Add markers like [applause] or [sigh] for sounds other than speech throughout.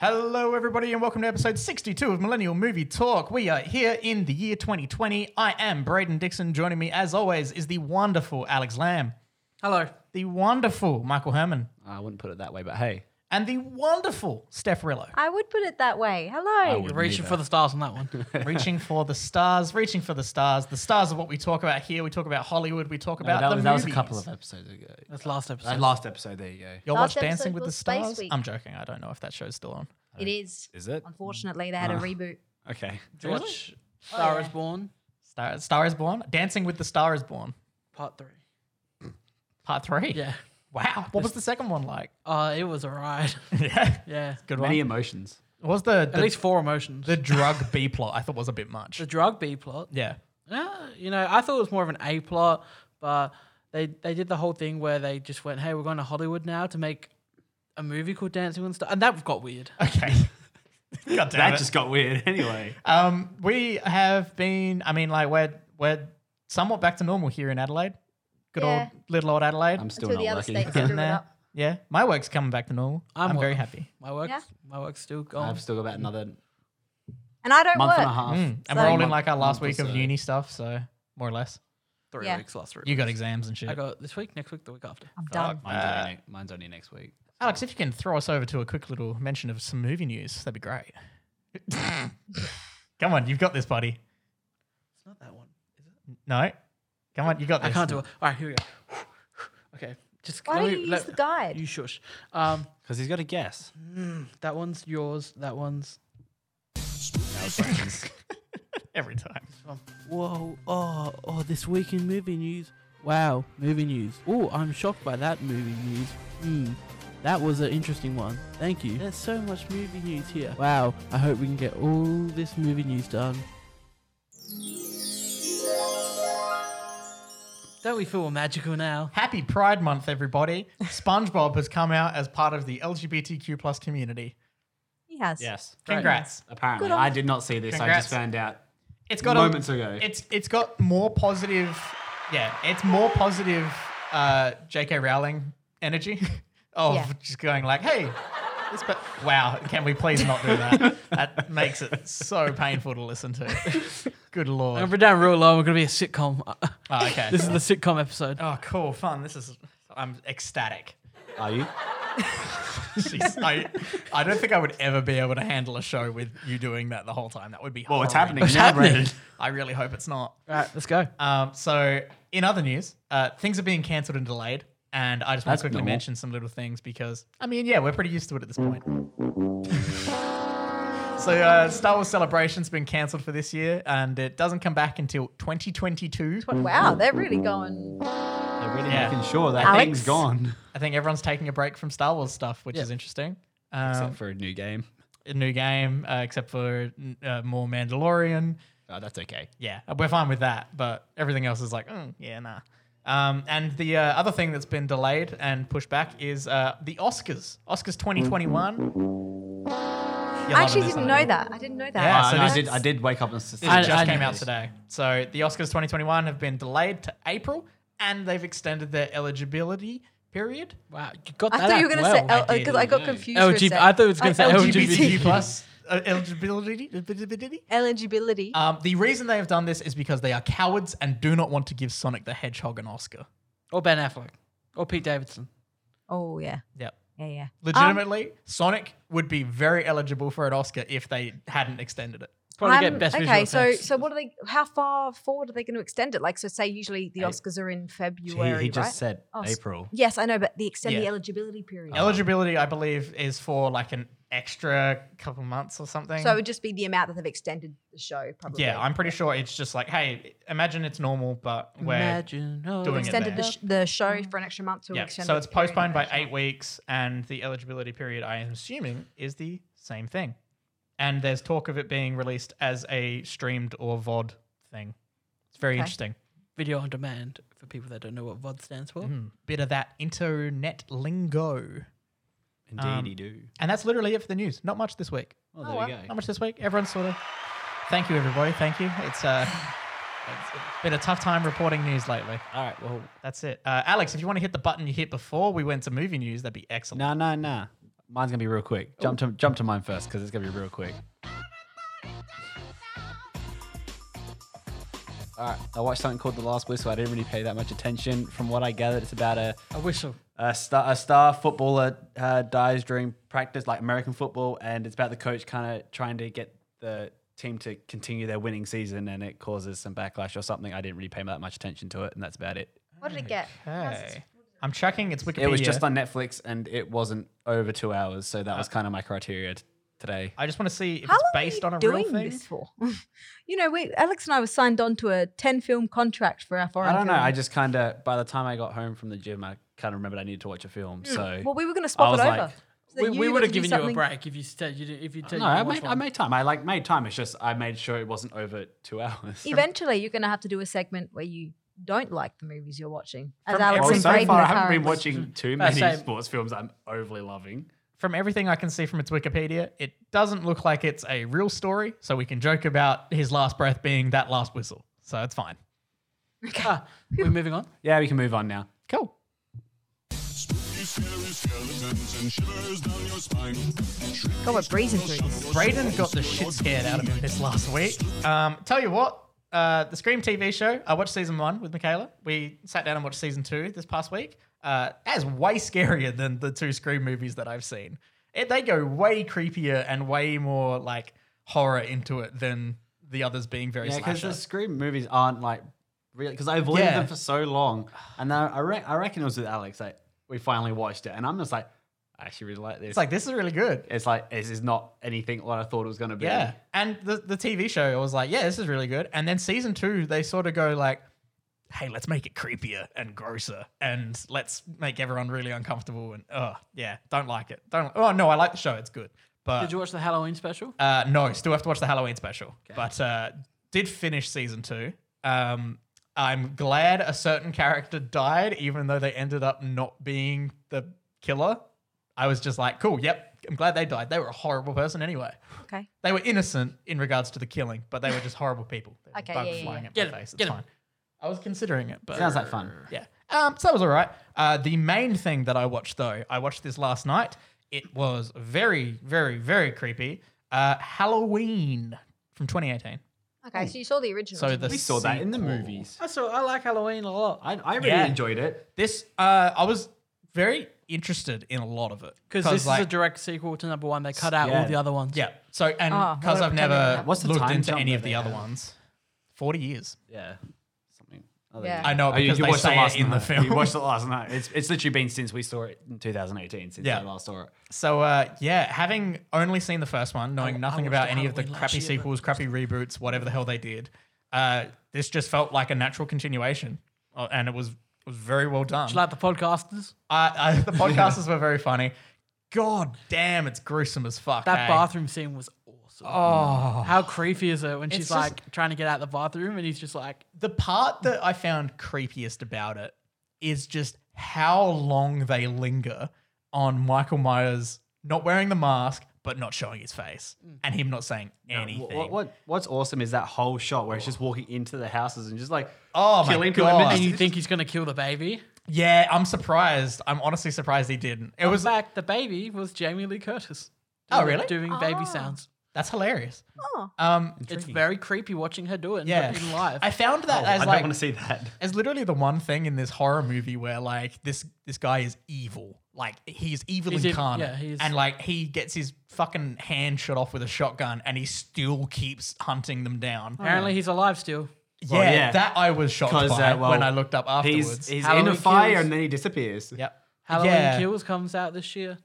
Hello, everybody, and welcome to episode 62 of Millennial Movie Talk. We are here in the year 2020. I am Braden Dixon. Joining me, as always, is the wonderful Alex Lamb, Hello. the wonderful Michael Herman, I wouldn't put it that way, but hey, and the wonderful Steph Rillo. I would put it that way. Hello. wouldn't Reaching either. for the stars on that one. reaching for the stars, reaching for the stars. The stars are what we talk about here. We talk about Hollywood. We talk No, about that, the was, that was a movies. couple of episodes ago. That's last episode. That last episode, there you go. You'll Last watch Dancing episode with the was Space Stars. Week. I'm joking. I don't know if that show's still on. It is. Is it? Unfortunately, they had a reboot. Okay. Did you watch Oh, Star is Born Star, Star is Born. Dancing with the Star is Born, Part Three? Part Three. Yeah. Wow. What was the second one like? Uh, it was [laughs] alright. [laughs] yeah. yeah. Good Many one. emotions. What was the At the, least four emotions. the The, drug B plot? I thought was a bit much. drug B plot. Yeah. Yeah, you know, I thought it was more of an A plot, but they they did the whole thing where they just went, "Hey, we're going to Hollywood now to make a movie called Dancing with the Stars," and that got weird. [laughs] Okay. God damn That it. just got weird [laughs] anyway. Um, we have been. I mean, like we're we're somewhat back to normal here in Adelaide. Good Yeah. old little old Adelaide. I'm still Until the not other lucky. states Getting [laughs] screw it there. up. Yeah, my work's coming back to normal. I'm, I'm very wel- happy. My work's Yeah. my work's still going. I've still got about another And I don't month work. and a half. Mm. And So- we're all in like our last Month or week of so. uni stuff, so more or less. three Yeah. weeks last three. You got weeks. exams and shit. I got this week, next week, the week after. I'm done. Fuck. Mine's, Uh, only ne- mine's only next week. Alex, if you can throw us over to a quick little mention of some movie news, that'd be [laughs] great. Come on, you've got this, buddy. It's not that one. Is it? No, come on, you got this. I can't do it. All right, here we go. [sighs] okay, just Why let don't me- you use let- the guide? You shush. Um, Because he's got a guess. that one's yours. That one's. every time. Whoa! Oh! Oh! This week in movie news. Wow! Movie news. Oh, I'm shocked by that movie news. Hmm. That was an interesting one. Thank you. There's so much movie news here. Wow! I hope we can get all this movie news done. Don't we feel magical now? Happy Pride Month, everybody. SpongeBob has come out as part of the LGBTQ plus community. He has. Yes. Congrats. Apparently, Good on I you. did not see this. I Congrats. just found out. It's got Moments a, ago. It's it's got more positive. Yeah, it's more positive. Uh, J.K. Rowling energy [laughs] of Yeah. just going like, hey. This pe- wow, can we please not do that? that makes it so painful to listen to. [laughs] Good lord. If we're down real low, we're gonna be a sitcom. [laughs] Oh, okay. this is the sitcom episode. oh, cool, fun. This is. I'm ecstatic. Are you? Jeez, I, I don't think I would ever be able to handle a show with you doing that the whole time. That would be. Well, Oh, it's horrible. happening now, Brandon. [laughs] I really hope it's not. All right, let's go. Um, so, in other news, uh, things are being cancelled and delayed. And I just want That's to quickly normal. mention some little things because, I mean, yeah, we're pretty used to it at this point. [laughs] so, uh, Star Wars Celebration's been cancelled for this year and it doesn't come back until 2022. Wow, they're really going. They're really Yeah. Uh, making sure that Alex? thing's gone. I think everyone's taking a break from Star Wars stuff, which Yeah. is interesting. Except Um, for a new game. a new game, uh, except for uh, more Mandalorian. Oh, that's okay. yeah, Uh, we're fine with that. But everything else is like, mm, yeah, nah. Um, and the uh, other thing that's been delayed and pushed back is uh, the Oscars. Oscars 2021. You're I loving actually this, didn't aren't know you? that. I didn't know that. Yeah, Uh, so no, I this- did. I did wake up and. This I- just I came knew out this. today. So the Oscars 2021 have been delayed to April, and they've extended their eligibility period. Wow, you got I that. thought you out were going to well. say L did, because I got yeah. confused. for a LGB. sec. I thought it was going to say Uh, LGBT LGBT. plus uh, eligibility. Eligibility. Um, the reason they have done this is because they are cowards and do not want to give Sonic the Hedgehog an Oscar. Or Ben Affleck. Or Pete Davidson. oh, yeah. Yep. Yeah, yeah. Legitimately, Sonic would be very eligible for an Oscar if they hadn't extended it. Probably Um, get best okay, visual so effects. so what are they? How far forward are they going to extend it? Like, so say usually the Hey. Oscars are in He, February, he just right? said Oh, s- April. Yes, I know, but the extend the Yeah. eligibility period. Eligibility, I believe, is for like an extra couple months or something. So it would just be the amount that they've extended the show, probably. yeah, I'm pretty sure it's just like, hey, imagine it's normal, but we're Imagine all doing it oh, extended the, there. sh- the show for an extra month to yeah. extend. So the it's period. postponed by eight weeks, and the eligibility period, I am assuming, is the same thing. And there's talk of it being released as a streamed or VOD thing. It's very Okay. interesting. video on demand for people that don't know what VOD stands for. Mm, bit of that internet lingo. Indeed, Um, he do. And that's literally it for the news. Not much this week. Oh, there well. you go. Not much this week. Everyone's sort of. Thank you, everybody. Thank you. It's, [laughs] uh, it's been a tough time reporting news lately. All right. Well, That's it. Uh, Alex, if you want to hit the button you hit before we went to movie news, that'd be excellent. nah, nah, nah. Mine's gonna be real quick. Jump to jump to mine first because it's gonna be real quick. All right, I watched something called The Last Whistle. I didn't really pay that much attention. From what I gathered, it's about a A whistle. a star, a star footballer uh, dies during practice, like American football, and it's about the coach kind of trying to get the team to continue their winning season, and it causes some backlash or something. I didn't really pay that much attention to it, and that's about it. What did it get? How's it- Okay. I'm checking its Wikipedia. It was just on Netflix, and it wasn't over two hours, so that was kind of my criteria t- today. I just want to see if How it's long based are on you a doing real thing. this for? [laughs] you know, we Alex and I were signed on to a ten film contract for our foreign. I don't know. film. I just kind of by the time I got home from the gym, I kind of remembered I needed to watch a film. So well, we were going to I swap was it over. like- so that We, you we got would to have do given you a something- break if you said you did, if you did. no, I made, I made time. I like made time. It's just I made sure it wasn't over two [laughs] hours. Eventually, you're going to have to do a segment where you don't like the movies you're watching, as From Alex Well, and so Braden far, I are haven't been currently- watching too Uh, That's many same. sports films I'm overly loving. From everything I can see from its Wikipedia, it doesn't look like it's a real story, so we can joke about his last breath being that last whistle. So it's fine. We're moving on. [laughs] Yeah, we can move on now. Cool. Spooky, scary skeletons and shivers down your spine. God, we're breezing through this. Braden got the shit scared out of him this last week. Um, tell you what, uh, the Scream TV show, I watched season one with Michaela. We sat down and watched season two this past week. Uh, that is way scarier than the two Scream movies that I've seen. It, they go way creepier and way more like horror into it than the others being very Yeah, because slasher. the Scream movies aren't like really because I avoided Yeah. them for so long, and I I, re- I reckon it was with Alex that we finally watched it, and I'm just like, I actually really like this. It's like, this is really good. it's like this is not anything what I thought it was gonna be. Yeah. And the, the TV show, I was like, yeah, this is really good. And then season two, they sort of go like, hey, let's make it creepier and grosser and let's make everyone really uncomfortable. And oh, yeah, don't like it. Don't. Oh, no, I like the show. It's good. Did But you watch the Halloween special? uh, no, still have to watch the Halloween special. But uh, did finish season two. Um, I'm glad a certain character died, even though they ended up not being the killer. I was just like, cool, yep. I'm glad they died. They were a horrible person anyway. Okay. They were innocent in regards to the killing, but they were just horrible people. There were Okay, bugs yeah, yeah, flying yeah. at Get my him, face. It's get him. fine. I was considering it, but sounds like fun. yeah. Um, so that was all right. Uh, the main thing that I watched though, I watched this last night. It was very, very, very creepy. Uh, Halloween from 2018. Okay, so you saw the original. So the We saw that in the sequel. movies. I saw. I like Halloween a lot. I, I really Yeah. enjoyed it. This uh, I was very interested in a lot of it Because this like, is a direct sequel to number one. They cut out Yeah. all the other ones. yeah. So and Ah, because what I've a- tell me never about- What's the looked time into jump any that of the they other have? ones, 40 years. Yeah, something. Yeah. I know Oh, you, because you they watched say it it last in night. the film. You watched it last night. It's it's literally been since we saw it in 2018 since Yeah. I last saw it. So uh, yeah, having only seen the first one, knowing nothing watched about it any of the Halloween last crappy year, but- sequels, crappy reboots, whatever the hell they did, uh, this just felt like a natural continuation, Uh, and it was it was very well done. Just like the podcasters. I, I, the podcasters were very funny. God damn, it's gruesome as fuck. That eh? bathroom scene was awesome. Oh, How creepy is it when she's just- like trying to get out the bathroom and he's just like, the part that I found creepiest about it is just how long they linger on Michael Myers not wearing the mask but not showing his face Mm. and him not saying anything. What, what, what what's awesome is that whole shot where it's just walking into the houses and just like Oh my killing people. God. and you think he's gonna kill the baby. Yeah, I'm surprised. I'm honestly surprised he didn't. It was In fact, the baby was Jamie Lee Curtis. Oh, Doing- really? Doing Ah. baby sounds. that's hilarious. Oh. Um, It's very creepy watching her do it in, yeah, in live. I found that I as don't like want to see that. as literally the one thing in this horror movie where like this this guy is evil, like he's evil He's ev- incarnate, yeah, he's- and like he gets his fucking hand shot off with a shotgun, and he still keeps hunting them down. Oh, Apparently he's alive still. yeah, Well, yeah. that I was shocked by Because, uh, well, when I looked up He's, afterwards. he's in Halloween a fire kills. and then he disappears. yep. Halloween yeah. Kills comes out this year.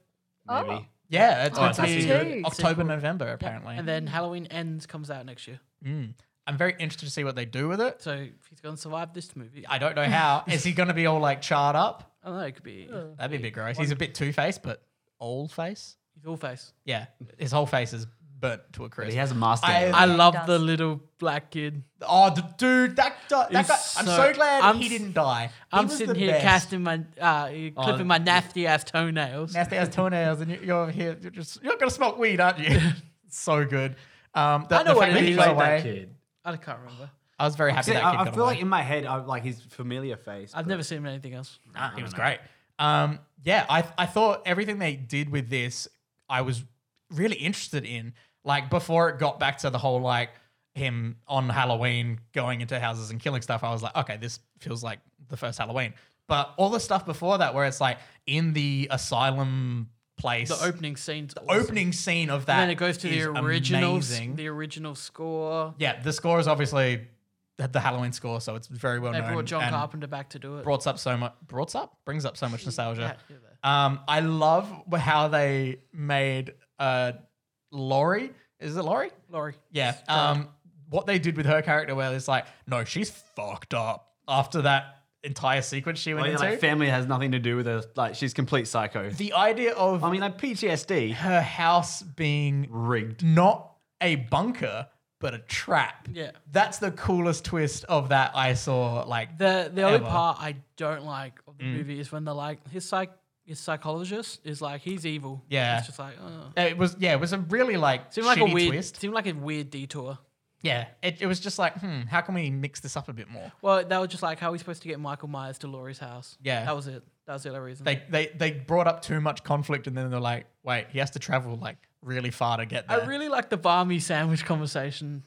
Maybe. Oh. Yeah, it's Oh, meant to that's be two. October, November apparently. And then Halloween Ends comes out next year. Mm. I'm very interested to see what they do with it. So if he's gonna survive this movie. I, I don't know [laughs] how. Is he going to be all like charred up? don't know, it could be That'd be a bit gross. He's a bit two faced, but old face. he's all face. Yeah, his whole face is burnt to a crisp. He has a mask. I- I he love does. the little black kid. oh, d- dude, that guy. That He's guy I'm so so- glad I'm he s- didn't die. He I'm was sitting the here best. casting my uh, clipping my nasty ass toenails. nasty ass toenails, and you- you're over here. You're just you're gonna smoke weed, [laughs] aren't you? so good. Um, the, I know the what fact it that he is. got Played away- kid. I can't remember. I was very happy that kid I, I got feel away. like in my head, I like his familiar face. I've but- never seen him in anything else. Nah, it was great. Um, yeah, I I thought everything they did with this I was really interested in, like before it got back to the whole like him on Halloween going into houses and killing stuff. I was like, okay, this feels like the first Halloween. But all the stuff before that, where it's like in the asylum place, The opening scenes. awesome. opening scene of that, And then it goes to the is original, s- amazing. the original score. Yeah, the score is obviously the Halloween score, so it's very well They known. brought John and Carpenter back to do it. Brought up so much. Brought up brings up so much nostalgia. Yeah, yeah. Um, I love how they made uh, Laurie. Is it Laurie? Laurie. Yeah. Um, what they did with her character, where it's like, no, she's fucked up after that entire sequence she Oh, went Like, into. like, family has nothing to do with her. Like she's complete psycho. the idea of I mean, like PTSD her house being rigged. not a bunker but a trap. Yeah. That's the coolest twist of that I saw. Like The the only Ever. part I don't like of Mm. the movie is when they're like his psych his psychologist is like he's evil. Yeah. It's just like oh. it was yeah, it was a really like seemed like a shitty weird twist. seemed like a weird detour. Yeah. It, it was just like, hmm, how can we mix this up a bit more? Well, that was just like how are we supposed to get Michael Myers to Laurie's house? Yeah. That was it. That was the only reason. They they they brought up too much conflict and then they're like, wait, he has to travel like really far to get I there. really like the barmy sandwich conversation.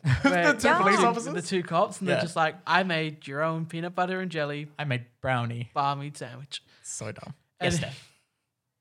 [laughs] where The two police officers? the two cops, and Yeah. they're just like, "I made your own peanut butter and jelly I made brownie. barmy sandwich." So dumb. And- Yes, [laughs] Steph.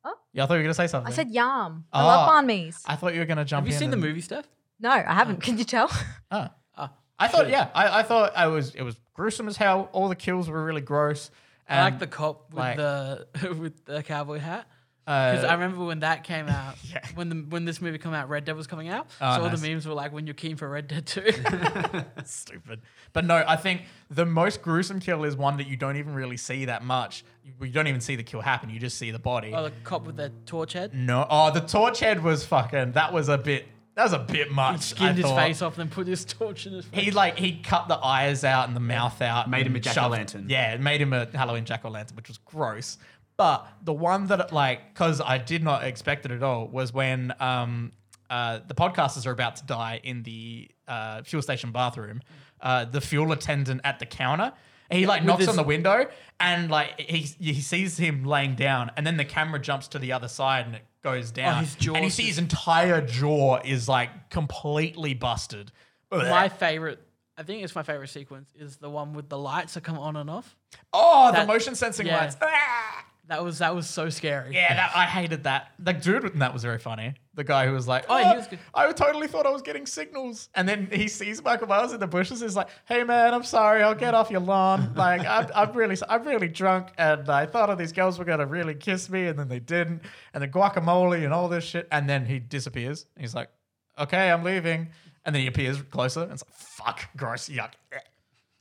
Huh? Yeah, I thought you were gonna say something. I said yam. I love Oh. banh mi's. I thought you were gonna jump. Have you in seen the and- movie, Steph? No, I haven't. Can you tell? [laughs] Oh. Ah, I thought, yeah, I, I thought I was. It was gruesome as hell. All the kills were really gross. And, I like the cop Um, with like- the [laughs] with the cowboy hat. Because I Uh, remember when that came out, Yeah. when the when this movie came out, Red Dead was coming out. Oh, so all nice. the memes were like, "When you're keen for Red Dead [laughs] [laughs] 2. [laughs] stupid. But no, I think the most gruesome kill is one that you don't even really see that much. You, you don't even see the kill happen. You just see the body. oh, the cop with the torch head no, oh, the torch head was fucking. That was a bit. That was a bit much. I skinned his thought. face off, and then put his [laughs] torch in his face. He like he cut the eyes out and the mouth out. Made him and a shoved- jack-o'-lantern. Yeah, it made him a Halloween jack o' lantern, which was gross. But the one that like, because I did not expect it at all, was when um uh the podcasters are about to die in the uh, fuel station bathroom. Uh, the fuel attendant at the counter. He like knocks his- on the window and like he he sees him laying down, and then the camera jumps to the other side and it goes down. his jaw and you is see just- his entire jaw is like completely busted. my favorite, I think it's my favorite sequence, is the one with the lights that come on and off. Oh, That- the motion sensing yeah. lights. Ah! That was that was so scary. Yeah, that, I hated that. The dude with that was very funny. The guy who was like, Oh, "Oh, he was good." I totally thought I was getting signals," and then he sees Michael Myers in the bushes. He's like, "Hey, man, I'm sorry. I'll get off your [laughs] lawn. Like, I'm, I'm really, I'm really drunk, and I thought all these girls were gonna really kiss me, and then they didn't, and the guacamole and all this shit." And then he disappears. He's like, "Okay, I'm leaving," and then he appears closer, and it's like, "Fuck, gross, yuck."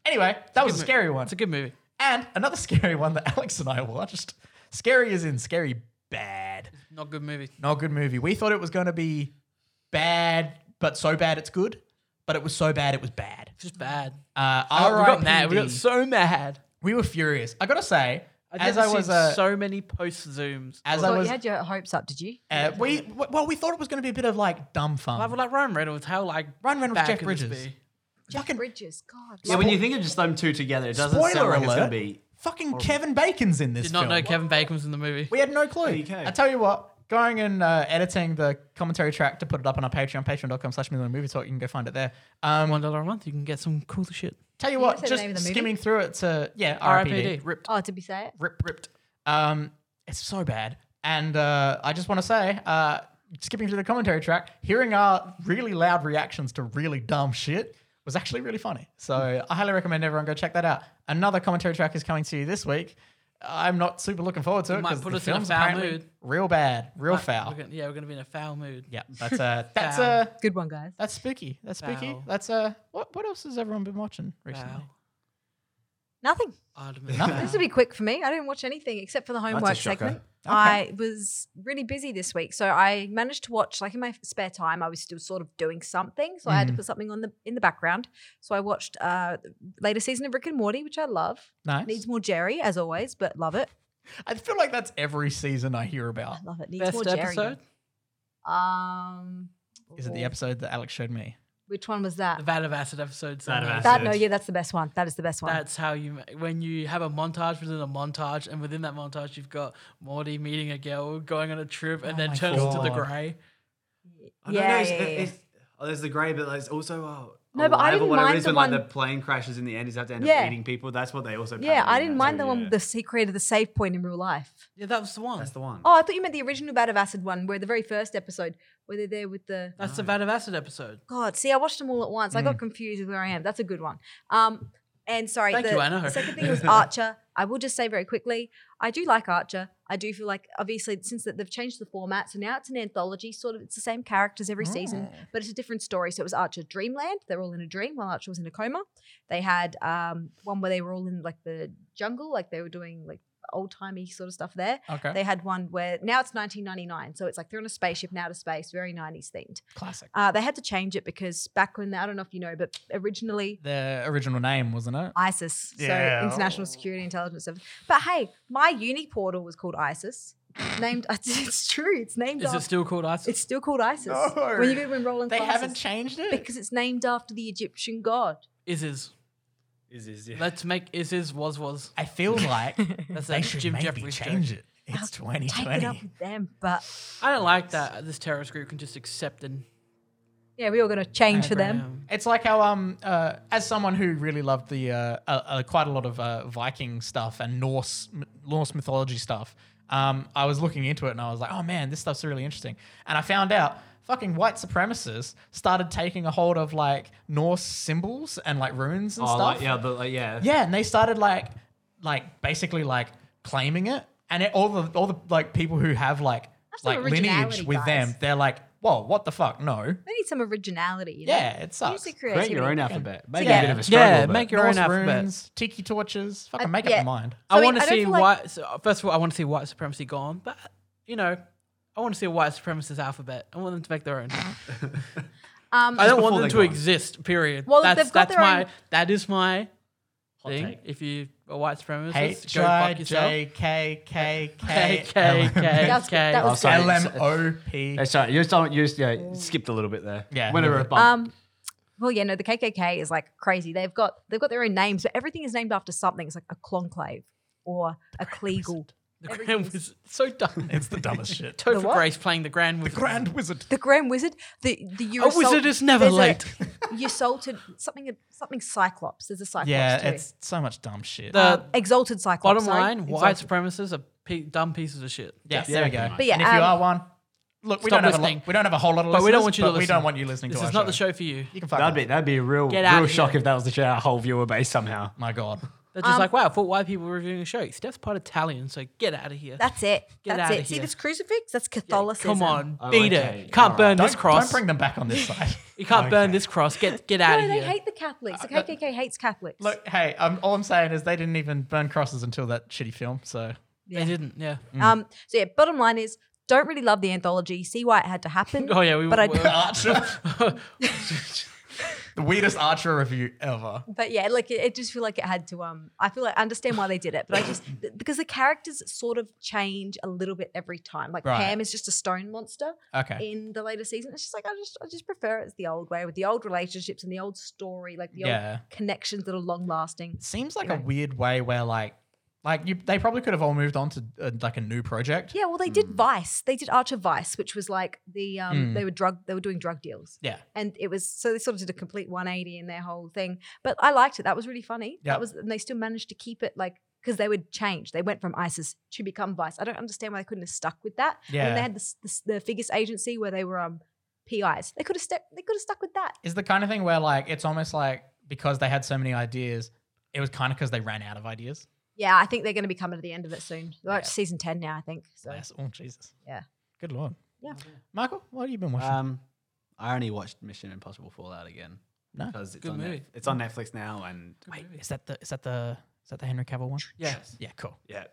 Anyway, that was a scary one. It's a good movie. And another [laughs] scary one that Alex and I watched. Scary is in scary bad. Not good movie. Not a good movie. We thought it was going to be bad, but so bad it's good. But it was so bad it was bad. It's just bad. Uh, I got- we got RIPD. mad. We got so mad. We were furious. I gotta say, I've as never I was seen uh, so many post zooms. as Well, I was, you had your hopes up, did you? uh, we w- well, we thought it was going to be a bit of like dumb fun. I would like Ryan Reynolds. How like Ryan Reynolds, bad Jeff could this Bridges. be? fucking Bridges, God. Yeah, when you think of just them two together, it doesn't sound spoiler like it's alert! gonna be. fucking Kevin Bacon's in this. Did not film. know Kevin Bacon was in the movie. We had no clue. Okay. I tell you what, going and uh, editing the commentary track to put it up on our Patreon, patreon.com slash million movie talk, you can go find it there. Um, One dollar a month, you can get some cool shit. tell you Can you what, say the just name of the movie? skimming through it to, yeah, R.I.P.D. RIPD. Ripped. Oh, did we say it? Rip, ripped. Um, it's so bad. And uh, I just want to say, uh, skipping through the commentary track, hearing our really loud reactions to really dumb shit was actually really funny. So I highly recommend everyone go check that out. Another commentary track is coming to you this week. I'm not super looking forward to it might because put the us in a film's foul apparently mood. real bad, real foul. We're gonna, yeah, we're gonna be in a foul mood. Yeah, that's uh, [laughs] that's Foul. uh, Good one, guys. that's spooky. That's spooky. Foul. That's uh, what what else has everyone been watching recently? Foul. Nothing. Ultimate Nothing. foul. This will be quick for me. I didn't watch anything except for the That's homework a shocker. segment. I was really busy this week, so I managed to watch. Like in my spare time, I was still sort of doing something, so I had to Mhm. put something on the in the background. So I watched uh, the latest season of Rick and Morty, which I love. Nice. Needs more Jerry, as always, but love it. I feel like that's every season I hear about. I love it. Needs Best more Jerry. episode. Um, Is it the oh, episode that Alex showed me? Which one was that? The Vat of Acid episode. Vat of somehow. Acid. That no, That's it. yeah, that's the best one. That is the best one. That's how you ma- when you have a montage within a montage, and within that montage, you've got Morty meeting a girl, going on a trip, and then Oh my turns into the God. grey. I don't know, yeah, it's- yeah, yeah. it's- oh, there's the grey, but there's also oh, No, but I Alive or didn't whatever mind it is the when, like, one- the plane crashes in the end. Is have to end Yeah. up eating people. That's what they also. yeah, parody I in didn't that mind too, the one yeah. with the he created the save point in real life. Yeah, that was the one. That's the one. Oh, I thought you meant the original Bad of Acid one, where the very first episode, where they're there with the That's the Vat of Acid episode. God. See, I watched them all at once. I got confused with where I am. That's a good one. Um, and sorry, Thank the, you, I know. the [laughs] second thing was Archer. I will just say very quickly, I do like Archer. I do feel like obviously since that they've changed the format, so now it's an anthology. Sort of, it's the same characters every season, Oh, but it's a different story. So it was Archer Dreamland. They're all in a dream while Archer was in a coma. They had um, one where they were all in like the jungle, like they were doing like old timey sort of stuff there. Okay. They had one where now it's 1999, so it's like they're on a spaceship now to space, very 90s themed. Classic. Uh, they had to change it because back when I don't know if you know, but originally The original name, wasn't it? ISIS, Yeah. Oh. so International Security Intelligence Service. But hey, my uni portal was called ISIS. named, [laughs] it's true. It's named. Is after, it still called Isis? It's still called ISIS. No. When you go to enroll in They classes, haven't changed it. because it's named after the Egyptian god. Isis. Is is yeah. Let's make Isis was was. I [laughs] feel like That's they a should Jim maybe Jefferies change joke. it. It's Take it up 2020. with them, but I don't like that this terrorist group can just accept and yeah, we all got to change for them. um, It's like how, um, uh, as someone who really loved the uh, uh, uh, quite a lot of uh, Viking stuff and Norse m- Norse mythology stuff, um, I was looking into it and I was like, oh man, this stuff's really interesting. And I found out fucking white supremacists started taking a hold of like Norse symbols and like runes and Oh, stuff. like, yeah, the, like, yeah, Yeah, and they started like, like basically like claiming it, and it, all the all the like people who have like That's some like lineage originality, with guys. them, they're like, whoa, what the fuck? No, They need some originality. You know? yeah, it sucks. Use your Create your creativity. own alphabet. Make Yeah. a bit of a struggle. yeah, but- make your own Norse alphabet. runes, tiki torches, fucking I- make up yeah. your mind. So, I I mean, want to I don't see feel like- white. So first of all, I want to see white supremacy gone. But you know, I want to see a white supremacist alphabet. I want them to make their own. Um, I don't before want them they're to gone. exist. Period. Well, if that's they've got that's their my own- that is my Hot thing. take. If you a white supremacist, H go I fuck yourself. J K K K K K K That's- K. that was- Oh, sorry. L M O P. Hey, sorry, you started, you yeah, skipped a little bit there. Yeah. whenever Yeah. a bump. Um, well, yeah, no, the KKK is like crazy. They've got they've got their own names, but everything is named after something. It's like a conclave or a Kleagle. The Grand Wizard. So dumb. It's the dumbest shit. Topher what? Grace playing the Grand The Wizard. Grand Wizard. The Grand Wizard, the the A Eurosol- wizard is never there's a- [laughs] late. Usulted something something Cyclops. There's a Cyclops Yeah, too. it's so much dumb shit. The- Um, exalted Cyclops. Bottom sorry. line, white Exalted. supremacists are pe- dumb pieces of shit. Yes, there we go. But yeah, and if you um, are one, look, we stop don't have a listening. lot, we don't have a whole lot of But we listeners, don't want you to but We listen. don't want you listening This to our is not the show for you. You can fuck that'd off. be that'd be a real Get out real of here. shock if that was the show, our whole viewer base somehow. My God. They're just Um, like, wow, four white people reviewing a show. Steph's part Italian, so get out of here. That's it. Get That's outta it. See here. this crucifix? That's Yeah, Catholicism. Come on, Oh, beat okay, it. Can't alright. burn Don't, this cross. don't bring them back on this side. you can't burn this cross. Get get out No, of they here. Uh, hate the Catholics. The KKK hates Catholics. Look, hey, um, all I'm saying is they didn't even burn crosses until that shitty film. So They didn't. Yeah. Um, so yeah, bottom line is don't really love the anthology. See why it had to happen. [laughs] Oh yeah. We, But I we- do- Archer, [laughs] the weirdest Archer review ever. But yeah, like it, it just feel like it had to. Um, I feel like I understand why they did it, but I [laughs] just th- because the characters sort of change a little bit every time. Like Right. Pam is just a stone monster Okay. in the later season. It's just like I just I just prefer it as the old way with the old relationships and the old story, like the Yeah. old connections that are long lasting. Seems like a weird way where like, like you, they probably could have all moved on to uh, like a new project. Yeah, well, they did Vice. They did Archer Vice, which was like the um, Mm. they were drug they were doing drug deals, Yeah. and it was so they sort of did a complete 180 in their whole thing. But I liked it. That was really funny. Yeah. That was, and they still managed to keep it like because they would change. They went from ISIS to become Vice. I don't understand why they couldn't have stuck with that. And then Yeah. they had this, this, the Figures Agency where they were um PIs. They could have stuck. They could have stuck with that. Is the kind of thing where like it's almost like because they had so many ideas, it was kind of because they ran out of ideas. Yeah, I think they're going to be coming to the end of it soon. Well, it's Yeah. season 10 now, I think. So Yes. Oh Jesus. Yeah. Good lord. Yeah. Michael, what have you been watching? Um, I only watched Mission Impossible Fallout again. No. because it's Good on movie. Netf- it's on Netflix now, and Wait, is that the is that the is that the Henry Cavill one? yeah. Yeah, cool. yeah,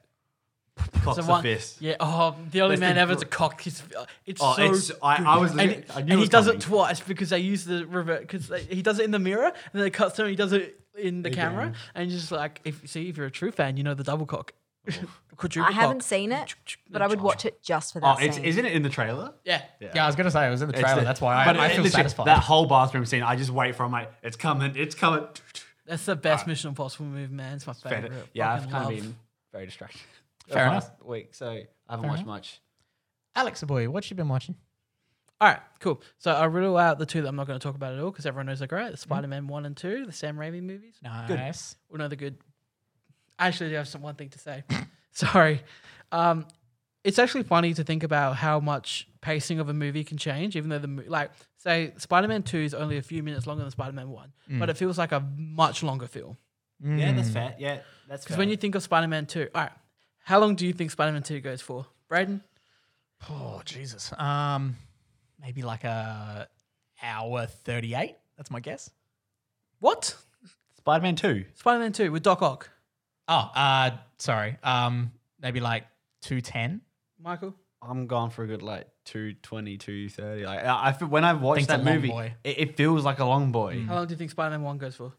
cocks So the one- fist. Yeah. Oh, the only That's man the ever to gr- cock his. It's Oh, so. it's I, I was. and looking- I knew and he was does coming. it twice because they use the revert because he does it in the mirror and [laughs] then it cuts to him. He does it in the camera and you're just like, if see if you're a true fan, you know the double cock. [laughs] Quadruple I haven't cock. seen it, but I would watch it just for that. Oh, it's, scene. isn't it in the trailer? Yeah. Yeah, I was gonna say it was in the It's trailer. the- that's why I, but I it- feel literally, satisfied. That whole bathroom scene, I just wait for. I'm like, it's coming, it's coming. That's the best Mission Impossible movie, man. It's my favorite. Yeah, I've Fucking kind love. of been very distracted. the Fair enough. past Week, so I haven't watched much. Alex boy, what you been watching? All right, cool. So I rule out the two that I'm not going to talk about at all because everyone knows they're great. The Spider-Man one and two, the Sam Raimi movies. Nice. Well, no, the good. I actually do have some one thing to say. Sorry. Um, it's actually funny to think about how much pacing of a movie can change, even though the mo- like say Spider-Man two is only a few minutes longer than Spider-Man one, but it feels like a much longer film. Yeah, Mm. that's fair. Yeah, that's Because fair. when you think of Spider-Man two, all right, how long do you think Spider-Man two goes for, Braden? Oh Jesus. Um, maybe like a hour thirty-eight. That's my guess. What Spider-Man Two. Spider-Man two with Doc Ock, Oh, uh, sorry. Um, maybe like two ten. Michael? I'm going for a good like 220, 230. Like I, I feel- when I watched Think it's that a long movie, boy. Mm. it, it feels like a long boy. How long do you think Spider-Man one goes for?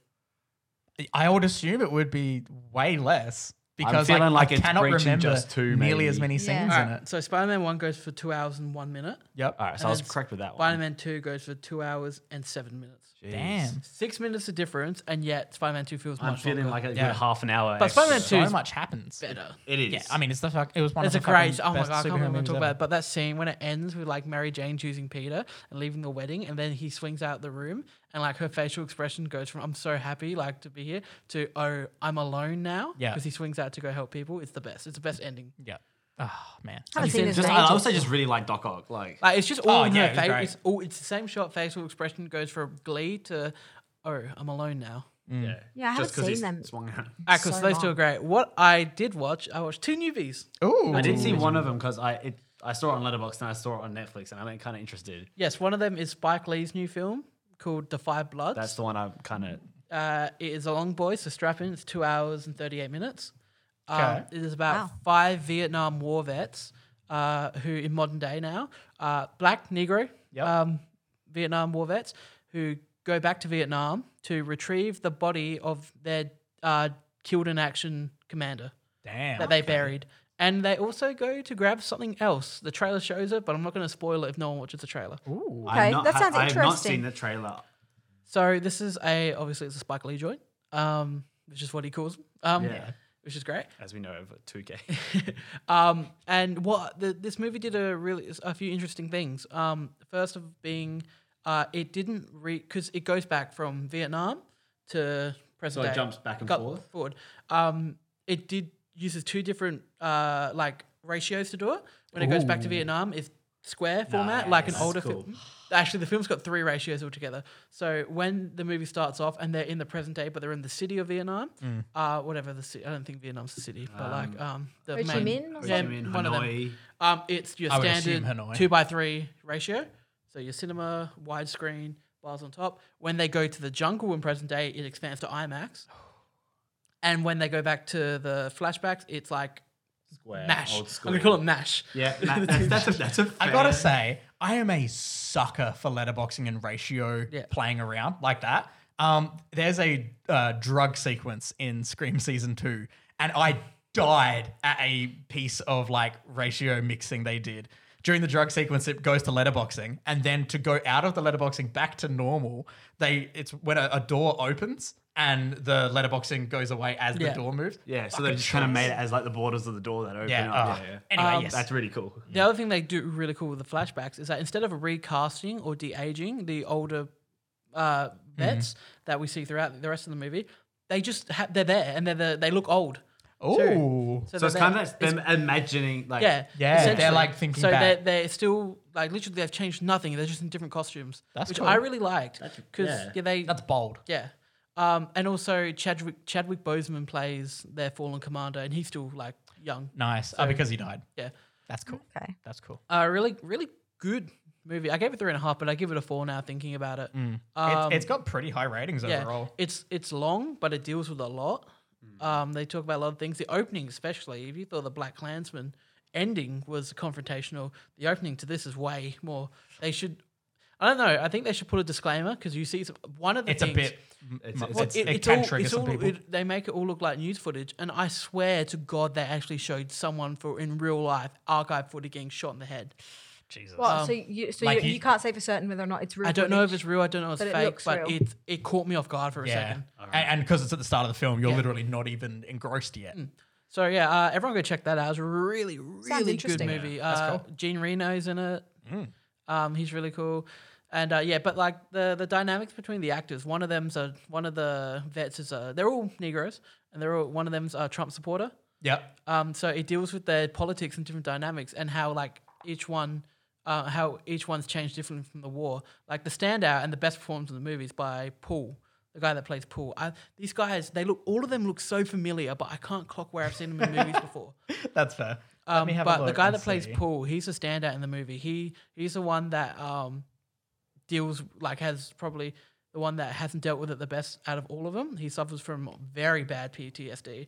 I would assume it would be way less because like, feeling like I it's cannot breaching remember just two, nearly as many maybe. scenes Yeah. in Alright, it. Oh, So Spider-Man one goes for two hours and one minute. Yep. All right, so And I was then correct with that one. Spider-Man two goes for two hours and seven minutes. Damn. Six minutes of difference, and yet Spider-Man two feels I'm much feeling longer. like a good Yeah. half an hour. But Spider-Man extra. two So is much happens. better. it is. Yeah, I mean, it's the fuck. It was one It's a of the fucking great. Oh my best god, I can't superhero remember movies talk ever. about it. But that scene when it ends with like Mary Jane choosing Peter and leaving the wedding, and then he swings out the room, and like her facial expression goes from "I'm so happy, like to be here" to "Oh, I'm alone now." Yeah. Because he swings out to go help people. It's the best. It's the best ending. Yeah. Oh man. haven't seen this just, in I ages. also just really like Doc Ock. Like Like it's just all Oh, in yeah, her it was face. great. It's all. It's the same shot. Facial expression goes from glee to "Oh, I'm alone now." Mm. yeah, Yeah, I haven't just 'cause seen he's them. Swung out. Ah, cool. So, So those long. two Oh. are great. What I did watch, I watched two newbies. Ooh. I did see one of them because I it, I saw it on Letterboxd and I saw it on Netflix and I'm kind of interested. Yes, one of them is Spike Lee's new film called The Five Bloods. That's the one I'm kind of. uh, it is a long boy, so strap in. It's two hours and 38 minutes. Um, Okay. It is about Wow. five Vietnam War vets uh, who, in modern day now, uh, black, Negro, um, Vietnam War vets who go back to Vietnam to retrieve the body of their uh, killed in action commander. Damn. that they buried. And they also go to grab something else. The trailer shows it, but I'm not going to spoil it if no one watches the trailer. Okay, that sounds I have not interesting. seen the trailer. So this is a obviously it's a Spike Lee joint, um, which is what he calls them, um, Yeah. which is great. as we know over [laughs] 2K. um, and what the, this movie did a really a few interesting things. Um, first of being, uh, it didn't read because it goes back from Vietnam to present So it day. jumps back and Got- forth? Forward. Um, it did uses two different uh, like ratios to do it. When it goes back to Vietnam, it's square format, like an Nice. older Cool. film. Actually, the film's got three ratios altogether. So when the movie starts off and they're in the present day, but they're in the city of Vietnam, Mm. uh, whatever the city. I don't think Vietnam's the city, but like um, the Ho Chi main- Minh or yeah, I mean, one of them. Hanoi. Um, it's your I would assume standard Hanoi. two by three ratio. So your cinema, widescreen, bars on top. When they go to the jungle in present day, it expands to IMAX. And when they go back to the flashbacks, it's like Square, Mash. old I'm school. gonna call it Mash. Yeah, ma- that's, that's a that's a. I fair- gotta say, I am a sucker for letterboxing and ratio Yeah. playing around like that. Um, there's a uh, drug sequence in Scream Season 2, and I died at a piece of like ratio mixing they did. During the drug sequence, it goes to letterboxing, and then to go out of the letterboxing back to normal, they it's when a, a door opens and the letterboxing goes away as Yeah. the door moves. Yeah, so they just kind of made it as like the borders of the door that open Yeah. up. oh. Yeah, yeah. Anyway, yes. That's really cool. The other thing they do really cool with the flashbacks is that instead of recasting or de aging the older uh, vets that we see throughout the rest of the movie, they just ha- they're there and they're the, they look old. Ooh. So they're it's kind there. of like them imagining like Yeah. Yeah, they're, essentially. like, thinking So they're, back. they're still like literally they've changed nothing. They're just in different costumes, That's which cool. I really liked because yeah. yeah. they That's bold. yeah. Um, and also Chadwick Chadwick Boseman plays their fallen commander, and he's still like young. Nice. oh, because he died. Yeah, That's cool. Okay. That's cool. uh, really really good movie. I gave it three and a half, but I give it a four now thinking about it. Mm. It's- it's got pretty high ratings Um, yeah, overall. Mm. it's it's long, but it deals with a lot. Um, they talk about a lot of things. The opening, especially, if you thought the Black Klansman ending was confrontational, the opening to this is way more. They should. I don't know. I think they should put a disclaimer because you see some- one of the It's a things bit Well, It's, it's, Well, Mm, it's- it, it it's can all, trigger it's some all, people. It, they make it all look like news footage, and I swear to God, they actually showed someone for in real life archive footage getting shot in the head. Jesus. What? so you so like you, you- you can't say for certain whether or not it's real. Um, I don't know if footage. it's real. I don't know if it's But it fake, looks but real. it it caught me off guard for a yeah. second. A- And because it's at the start of the film, you're literally not even engrossed yet. Mm. So yeah, uh, everyone go check that out. It's a really, really good interesting. Yeah, movie. uh, Gene Reno's in it. Um, he's really cool. And uh, yeah, but like the the dynamics between the actors. One of them's a one of the vets is a. They're all Negroes, and they're all one of them's a Trump supporter. Yep. Um, so it deals with their politics and different dynamics and how like each one, uh, how each one's changed differently from the war. Like the standout and the best performance in the movie is by Paul, the guy that plays Paul. I, these guys, they look all of them look so familiar, but I can't clock where I've seen them in movies before. That's fair. Let Um, me have a but the look guy and that plays see. Paul, he's a standout in the movie. He he's the one that um, deals like has probably the one that hasn't dealt with it the best out of all of them. He suffers from very bad PTSD,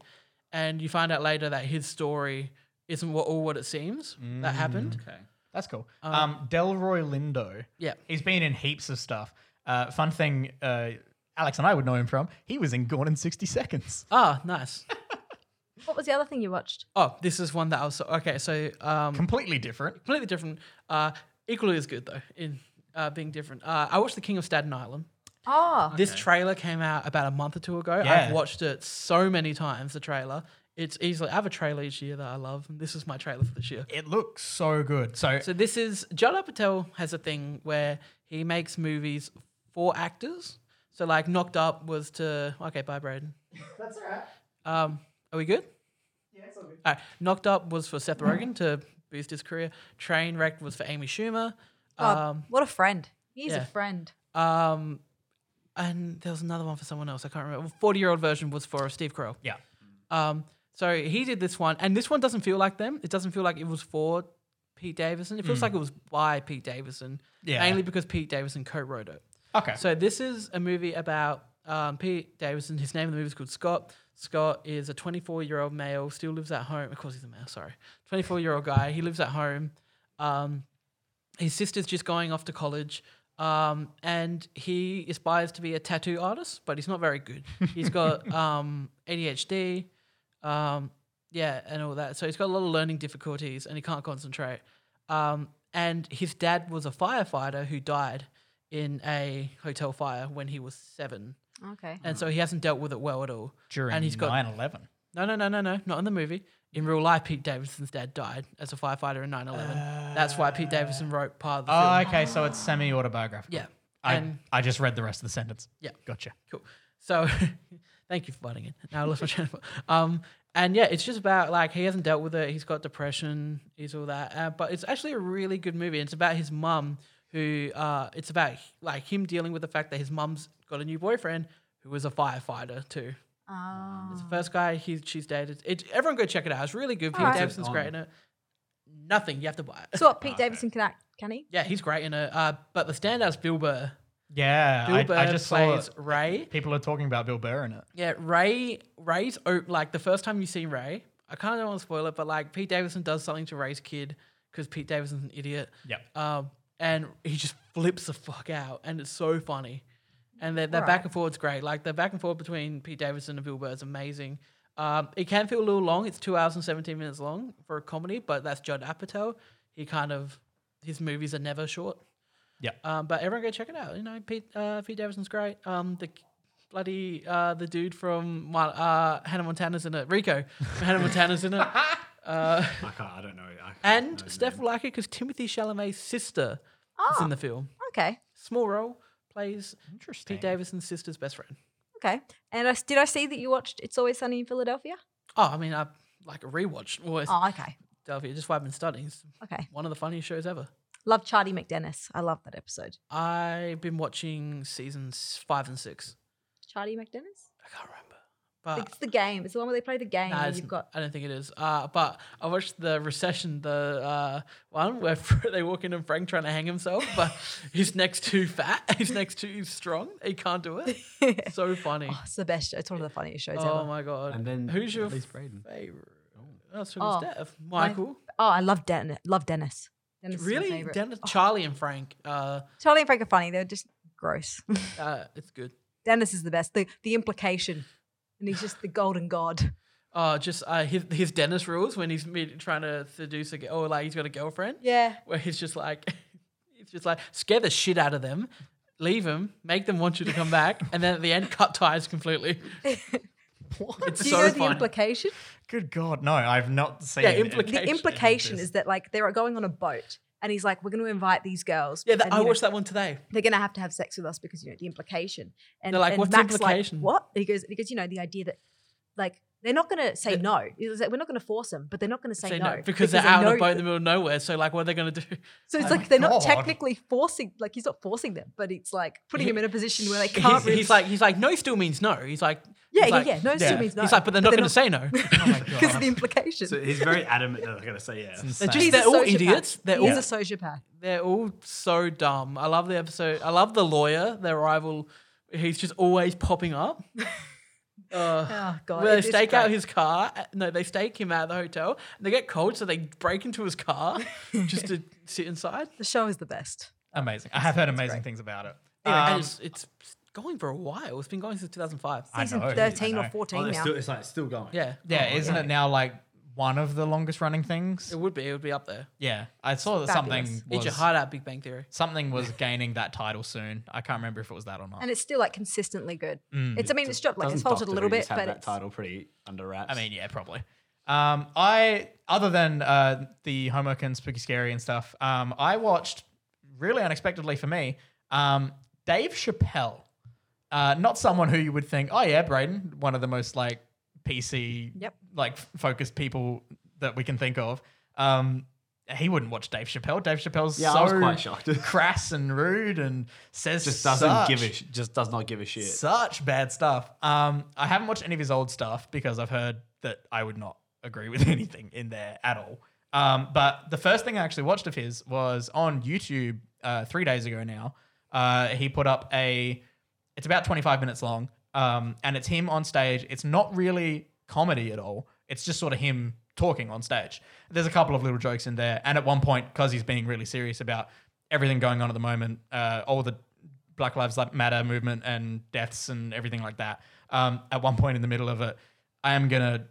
and you find out later that his story isn't what, all what it seems Mm, that happened. Okay. That's cool. Um, Delroy Lindo. Yeah. He's been in heaps of stuff. Uh, fun thing, uh, Alex and I would know him from. He was in Gone in 60 Seconds. Ah, nice. [laughs] What was the other thing you watched? Oh, this is one that I was so, okay. So um, Completely different. completely different. Uh, equally as good though in uh, being different. Uh, I watched The King of Staten Island. Oh, This trailer came out about a month or two ago. Yeah. I've watched it so many times. The trailer. It's easily. I have a trailer each year that I love, and this is my trailer for this year. It looks so good. So, So this is Jala Patel has a thing where he makes movies for actors. So like Knocked Up was to okay, bye Braden. That's alright. Um, are we good? Yeah, it's all good. Alright, Knocked Up was for Seth Rogen to boost his career. Trainwreck was for Amy Schumer. God, Um, what a friend. He's yeah. a friend. um, and there was another one for someone else. I can't remember. Forty year old version was for Steve Carell. yeah. Um, so he did this one, and this one doesn't feel like them. It doesn't feel like it was for Pete Davidson. It feels like it was by Pete Davidson, Yeah. mainly because Pete Davidson co-wrote it. Okay. So this is a movie about um, Pete Davidson. His name in the movie is called Scott. Scott is a 24-year-old male, still lives at home. Of course, he's a male. Sorry, 24-year-old guy. He lives at home. Um, his sister's just going off to college. Um, and he aspires to be a tattoo artist, but he's not very good. He's got um, ADHD, um, yeah, and all that. So he's got a lot of learning difficulties and he can't concentrate. Um, and his dad was a firefighter who died in a hotel fire when he was seven. Okay. And so he hasn't dealt with it well at all. Hmm. During and he's got 9 11. no, no, no, no, no. Not in the movie. In real life, Pete Davidson's dad died as a firefighter in 9 11. That's why Pete Davidson wrote part of the Oh, film. okay. So it's semi autobiographical. Yeah. I, and I just read the rest of the sentence. Yeah. Gotcha. cool. So [laughs] thank you for butting in. Now I lost my [laughs] channel. Um, and yeah, it's just about like he hasn't dealt with it. He's got depression. He's all that. Uh, but it's actually a really good movie. It's about his mum who. Uh, it's about like him dealing with the fact that his mum's got a new boyfriend who was a firefighter too. It's the first guy he she's dated. It, everyone go check it out. It's really good. Pete Alright. Davidson's great in it. Nothing. You have to buy it. [laughs] So what, Pete Davidson can act, can he? yeah, he's great in it. Uh, but the standout's Bill Burr. Yeah. Bill I, Burr I just saw plays Ray. people are talking about Bill Burr in it. Yeah, Ray. Ray's o- like the first time you see Ray. I kind of want to spoil it, but like Pete Davidson does something to Ray's kid because Pete Davidson's an idiot. Yep. Um, and he just flips the fuck out, and it's so funny. And that that back and forth's great. Like the back and forth between Pete Davidson and Bill Burr is amazing. Um, it can feel a little long. It's two hours and seventeen minutes long for a comedy, but that's Judd Apatow. He kind of his movies are never short. Yep. Um, but everyone go check it out. You know, Pete uh, Pete Davidson's great. Um, the bloody uh, the dude from my, uh, Hannah Montana's in it. Rico, from Hannah Montana's in it. Uh, I can't. I don't know. I can't and know his Steph name. will like it because Timothy Chalamet's sister is in the film. Okay. Small role plays Interesting. Pete Davidson's sister's best friend. Okay. And I, s- did I see that you watched It's Always Sunny in Philadelphia? Oh, I mean, I like a rewatch. Always Oh, okay. Philadelphia. Just what I've been studying. It's Okay. one of the funniest shows ever. Love Charlie McDennis. I love that episode. I've been watching seasons five and six. Charlie McDennis? I can't remember, but it's the game. It's the one where they play the game Uh, Nah, and it's- you've got I don't think it is. Uh, but I watched the recession, the uh, one where [laughs] Fr- they walk in and Frank trying to hang himself, but [laughs] his neck's too fat. [laughs] His neck's too strong. He can't [laughs] do it. so funny. oh, it's the best show. It's one of the funniest shows Oh ever. my god. And then who's your Elise Braden. favorite? That's from Oh, Steph. Michael. Oh, I love Den- love Dennis. Dennis is my Oh. really? favourite. Dennis, Charlie and Frank. Uh, Charlie and Frank are funny. They're just gross. uh, it's good. Dennis is the best. The the implication, and he's just the golden god. Uh, just uh, his, his Dennis rules when he's meet, trying to seduce a girl, or like he's got a girlfriend, [laughs] Yeah. where he's just like, he's just like, scare the shit out of them, leave them, make them want you to [laughs] come back, and then at the end, cut ties completely. It's Do you so know the funny. implication? Good God, no, I've not seen Yeah, it. implica- The Implication. implication is that like they're going on a boat, and he's like, "We're going to invite these girls." yeah, that, and, I you know, watched that one today. They're going to have to have sex with us because you know the implication. And They're like, and "What's the Max implication?" Like, what? He goes, he goes, you know, the idea that like they're not going to say Yeah. no. He was like, We're not going to force them, but they're not going to say, Say no because, they're out they on a know boat in you." the middle of nowhere. So like, what are they gonna do? So it's Oh my like they're not God. technically forcing, like he's not forcing them, but it's like putting He- him in a position where they [laughs] He's, can't really. he's like, he's like, no still means no. He's like, yeah, he's yeah, like- yeah. No, it yeah. still means no. He's like, but they're not gonna say [laughs] no. because of the implication. So he's very adamant that they're gonna say yeah. They're Insane. just He's a they're all sociopath. idiots. They're he's all a sociopath. they're all so dumb. I love the episode. I love the lawyer, their rival. He's just always popping up. Uh, Oh god. where they it is stake out great. his car. uh, No, they stake him out of the hotel. And they get cold, so they break into [laughs] his car just to sit inside. The show is the best. amazing. I have heard amazing things about it. Anyway, Um, and it's, it's going for a while. It's been going since 2005. I Season know, I thirteen know. or fourteen Oh, it's now. still, it's like still going. oh, yeah, yeah, isn't it now like one of the longest running things? it would be. It would be up there. Yeah, I saw that something fabulous. Eat your was, heart out, Big Bang Theory. something was gaining that title soon. I can't remember if it was that or not. and it's still like consistently good. Mm. It's I mean it's dropped like it's faltered a little bit, but that it's, title pretty under wraps. I mean, yeah, probably. Um, I other than uh, the homework and spooky scary and stuff, um, I watched really unexpectedly for me, um, Dave Chappelle. Uh, not someone who you would think, oh yeah, Braden, one of the most like PC, Yep. like f- focused people that we can think of. Um, he wouldn't watch Dave Chappelle. Dave Chappelle's Yeah, so I was quite shocked. [laughs] crass and rude and says just doesn't such give a sh- just does not give a shit. such bad stuff. Um, I haven't watched any of his old stuff because I've heard that I would not agree with [laughs] anything in there at all. Um, but the first thing I actually watched of his was on YouTube uh, three days ago now. Uh, he put up a, it's about 25 minutes long, um, and it's him on stage. It's not really comedy at all, it's just sort of him talking on stage. There's a couple of little jokes in there. And at one point, because he's being really serious about everything going on at the moment, uh, all the Black Lives Matter movement and deaths and everything like that. Um, at one point in the middle of it, I am gonna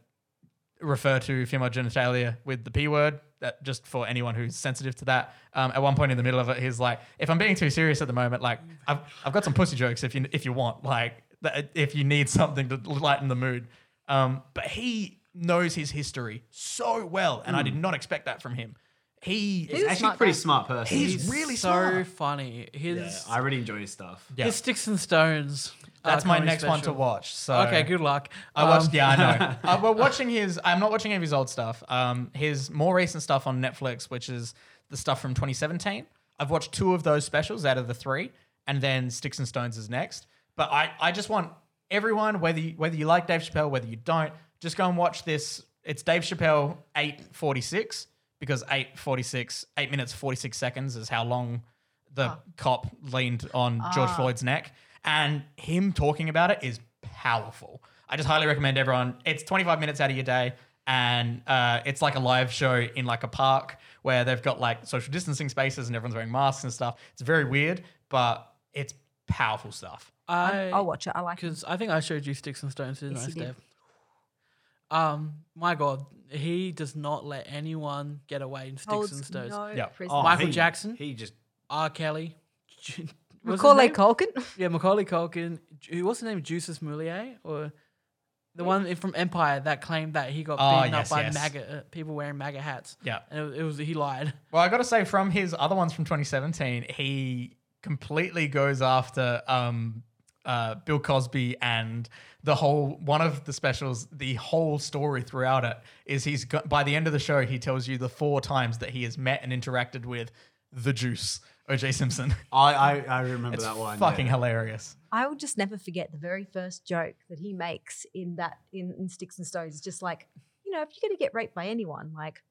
refer to female genitalia with the p word. That just for anyone who's sensitive to that. Um, at one point in the middle of it, he's like, "If I'm being too serious at the moment, like I've, I've got some pussy jokes if you if you want, like that, if you need something to lighten the mood." Um, but he knows his history so well, and I Hmm. did not expect that from him. He He's He's a actually smart pretty guy. smart person. He's really so smart. funny. His yeah, I really enjoy his stuff. Yeah. his sticks and stones. uh, that's my comedy next one to special. watch. So Okay, good luck. I watched. Um, yeah, I know. [laughs] uh, we're watching his. I'm not watching any of his old stuff. Um, his more recent stuff on Netflix, which is the stuff from 2017. I've watched two of those specials out of the three, and then Sticks and Stones is next. But I, I just want everyone, whether you, whether you like Dave Chappelle, whether you don't, just go and watch this. It's Dave Chappelle 8:46 because 8:46, eight minutes 46 seconds is how long the cop leaned on George Floyd's neck, and him talking about it is powerful. I just highly recommend everyone. It's 25 minutes out of your day, and uh, it's like a live show in like a park where they've got like social distancing spaces and everyone's wearing masks and stuff. It's very weird, but it's powerful stuff. I, I'll watch it. I like it. because I think I showed you sticks and stones, didn't Yes, I, you did. Steph? Um, my God, he does not let anyone get away in sticks and Holds stones. no Yeah. prisoner. Oh, Michael he- Jackson? He just R. Kelly, [laughs] what's his Macaulay name? Culkin. [laughs] yeah, Macaulay Culkin. Ju- What's the name? Juices Moulier or the one in- from Empire that claimed that he got Oh, beaten yes, up by yes. MAGA uh, people wearing MAGA hats. Yeah. and it was, it was he lied. [laughs] Well, I got to say, from his other ones from 2017, he completely goes after um, uh, Bill Cosby and the whole one of the specials. The whole story throughout it is he's got, by the end of the show, he tells you the four times that he has met and interacted with the Juice, OJ Simpson. I I, I remember It's that one. fucking yeah. hilarious. I will just never forget the very first joke that he makes in that in, in Sticks and Stones. It's just like, you know, if you're gonna get raped by anyone, like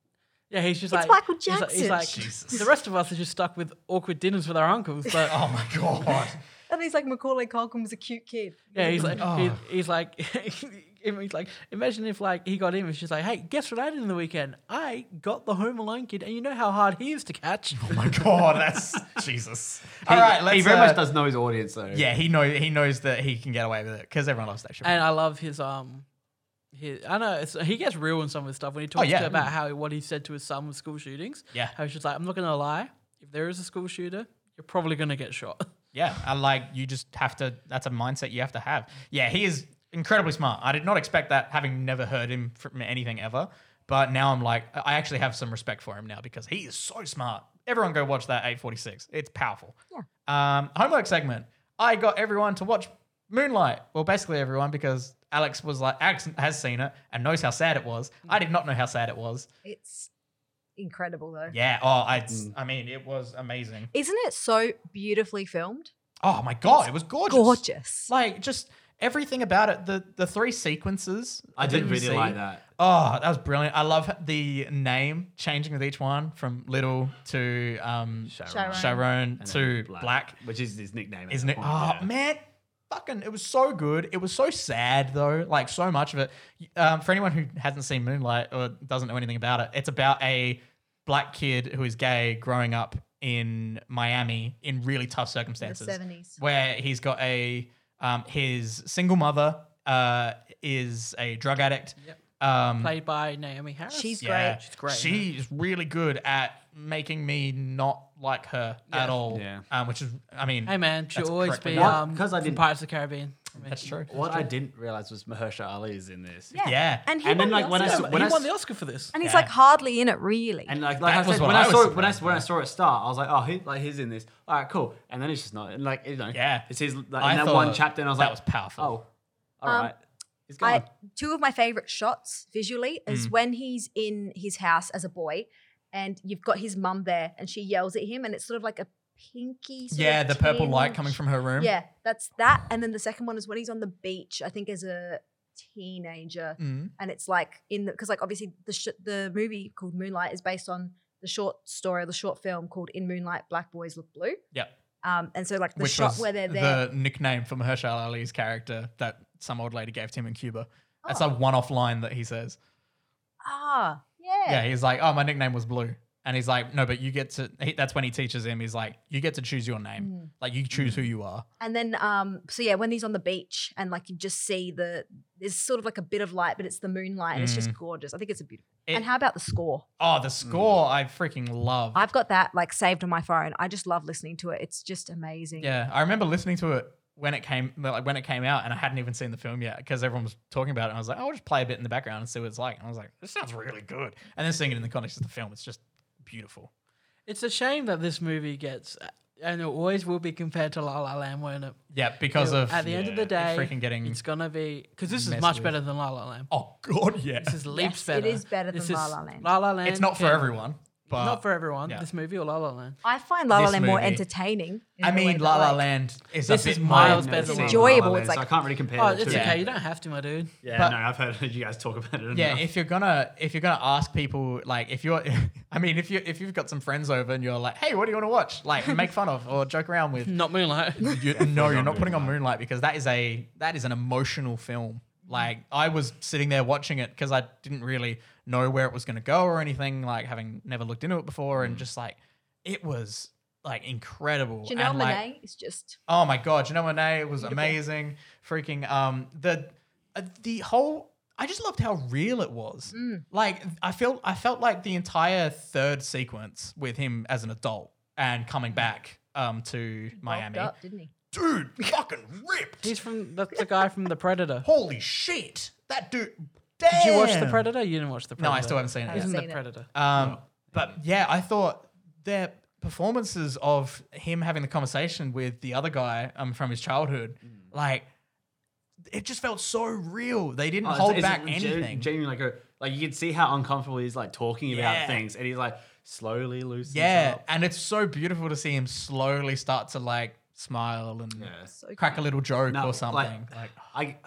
Yeah, he's just It's like Michael he's like- Jackson. He's like Jesus. the rest of us are just stuck with awkward dinners with our uncles, [laughs] but. Oh my god. and he's like Macaulay Culkin was a cute kid. Yeah, he's like, [laughs] Oh. he- he's like, It was like, imagine if like he got in and she's like, "Hey, guess what I did in the weekend? I got the Home Alone kid, and you know how hard he is to catch." Oh my god, that's Jesus. All right, let's. he very much uh, does know his audience, though. Yeah, he knows. He knows that he can get away with it because everyone loves that shit. and I love his um, his, I know it's, he gets real in some of his stuff when he talks yeah. to about how what he said to his son with school shootings. Yeah. how he's just like, "I'm not gonna lie. If there is a school shooter, you're probably gonna get shot." [laughs] yeah, I like you just have to. That's a mindset you have to have. Yeah, he is incredibly smart. I did not expect that, having never heard him from anything ever. But now I'm like, I actually have some respect for him now because he is so smart. Everyone go watch that 846. It's powerful. Yeah. Um, homework segment. I got everyone to watch Moonlight. Well, basically everyone because Alex was like, Alex has seen it and knows how sad it was. I did not know how sad it was. It's incredible though. Yeah. Oh, I, I mean, it was amazing. Isn't it so beautifully filmed? Oh my god, it was gorgeous. Gorgeous. Like just everything about it. The the three sequences. I that did you really see. like that. Oh, that was brilliant. I love the name changing with each one from Little to um, Sharon. Sharon to Black. which is his nickname. at Isn't that it? point, Oh yeah. man, fucking! It was so good. It was so sad though. Like so much of it. Um, for anyone who hasn't seen Moonlight or doesn't know anything about it, it's about a black kid who is gay growing up in Miami in really tough circumstances. 70s. Where he's got a um, his single mother uh, is a drug addict. Um, Played by Naomi Harris. She's great. She's great. She's really good at making me not like her at all. Yeah. Um, which is, I mean, Hey man, she'll that's always correctly be done. um, 'Cause I from didn't- Pirates of the Caribbean. that's true. What I didn't realize was Mahershala Ali is in this. Yeah. Yeah. And he And won then, like, the when I Oscar. saw- But he I won s- the Oscar for this. and he's like hardly in it really. And like, like That I was said, what when I I, was saw it, when I surprised when I saw it start, I was like, oh, he, like he's in this. All right, cool. And then it's just not. And like, you know, Yeah. it's his. Like, I in that thought one chapter, and I was that like, was powerful. Oh, all right. It's gone. I, two of my favorite shots visually Mm. is when he's in his house as a boy and you've got his mum there and she yells at him and it's sort of like a pinky sort yeah, of the purple light tinge. coming from her room. Yeah, that's that. And then the second one is when he's on the beach, I think as a teenager. Mm. And it's like in the, because like obviously the, sh- the movie called Moonlight is based on the short story or the short film called In Moonlight, Black Boys Look Blue. Yep. Um, and so like the Which shot was where they're there. the nickname for Mahershala Ali's character that some old lady gave to him in Cuba. That's a Oh. one-off line that he says. ah, Yeah, he's like, "Oh, my nickname was Blue," and he's like, "No, but you get to." He, that's when he teaches him. He's like, "You get to choose your name. Mm. Like, you choose who you are." And then, um, so yeah, when he's on the beach and like you just see the, there's sort of like a bit of light, but it's the moonlight and it's just gorgeous. I think it's a beautiful. and Mm. It- how about the score? Oh, the score! I freaking love. I've got that like saved on my phone. I just love listening to it. It's just amazing. Yeah, I remember listening to it when it came like when it came out, and I hadn't even seen the film yet because everyone was talking about it. And I was like, "Oh, I'll just play a bit in the background and see what it's like. And I was like, this sounds really good. And then seeing it in the context of the film, it's just beautiful. It's a shame that this movie gets, uh, and it always will be compared to La La Land, won't it? Yeah, because It'll- of at the end of the yeah, day, it freaking getting. it's gonna be because this is messed much with. better than La La Land. [laughs] oh god, yeah. [laughs] This is leaps Yes, it better. is better This than La is- La Land. La La Land. It's not for can- everyone, but Not for everyone. yeah. This movie or La La Land. I find La La This Land more movie- entertaining. in I the way mean, that, La La like- Land is This a is bit miles more- better than It's La La enjoyable. Well, It's so like- I can't really compare Oh, the two. it's Yeah. okay. You don't have to, my dude. Yeah, But- no, I've heard [laughs] you guys talk about it. Yeah, enough. if you're gonna if you're gonna ask people like if you're, [laughs] I mean if you if you've got some friends over and you're like, hey, what do you want to watch? Like make fun of or joke around with. [laughs] Not Moonlight. You, no, you're not putting on Moonlight because that is a that is an emotional film. Like I was sitting there watching it because I didn't really know where it was going to go or anything. Like having never looked into it before, and just like it was like incredible. Janelle and, like, Monae is just Oh my god, Janelle Monae was amazing. Freaking um the uh, the whole I just loved how real it was. Like I felt I felt like the entire third sequence with him as an adult and coming back um to Miami. bulked up, didn't he? Dude, fucking ripped. He's from that's the guy from The Predator. Holy shit. That dude Damn. Did you watch The Predator? You didn't watch The No, Predator. I still haven't seen it. yet. Isn't seen The it. Predator? Um, But yeah, I thought their performances of him having the conversation with the other guy um, from his childhood, like, it just felt so real. They didn't Oh, it's- hold it's back gen- anything. Genuinely, like, a, like you can see how uncomfortable he's like talking Yeah. about things, and he's like slowly loosens yeah, up. and it's so beautiful to see him slowly start to like smile and Yeah. crack a little joke No, or like- something. Like, I.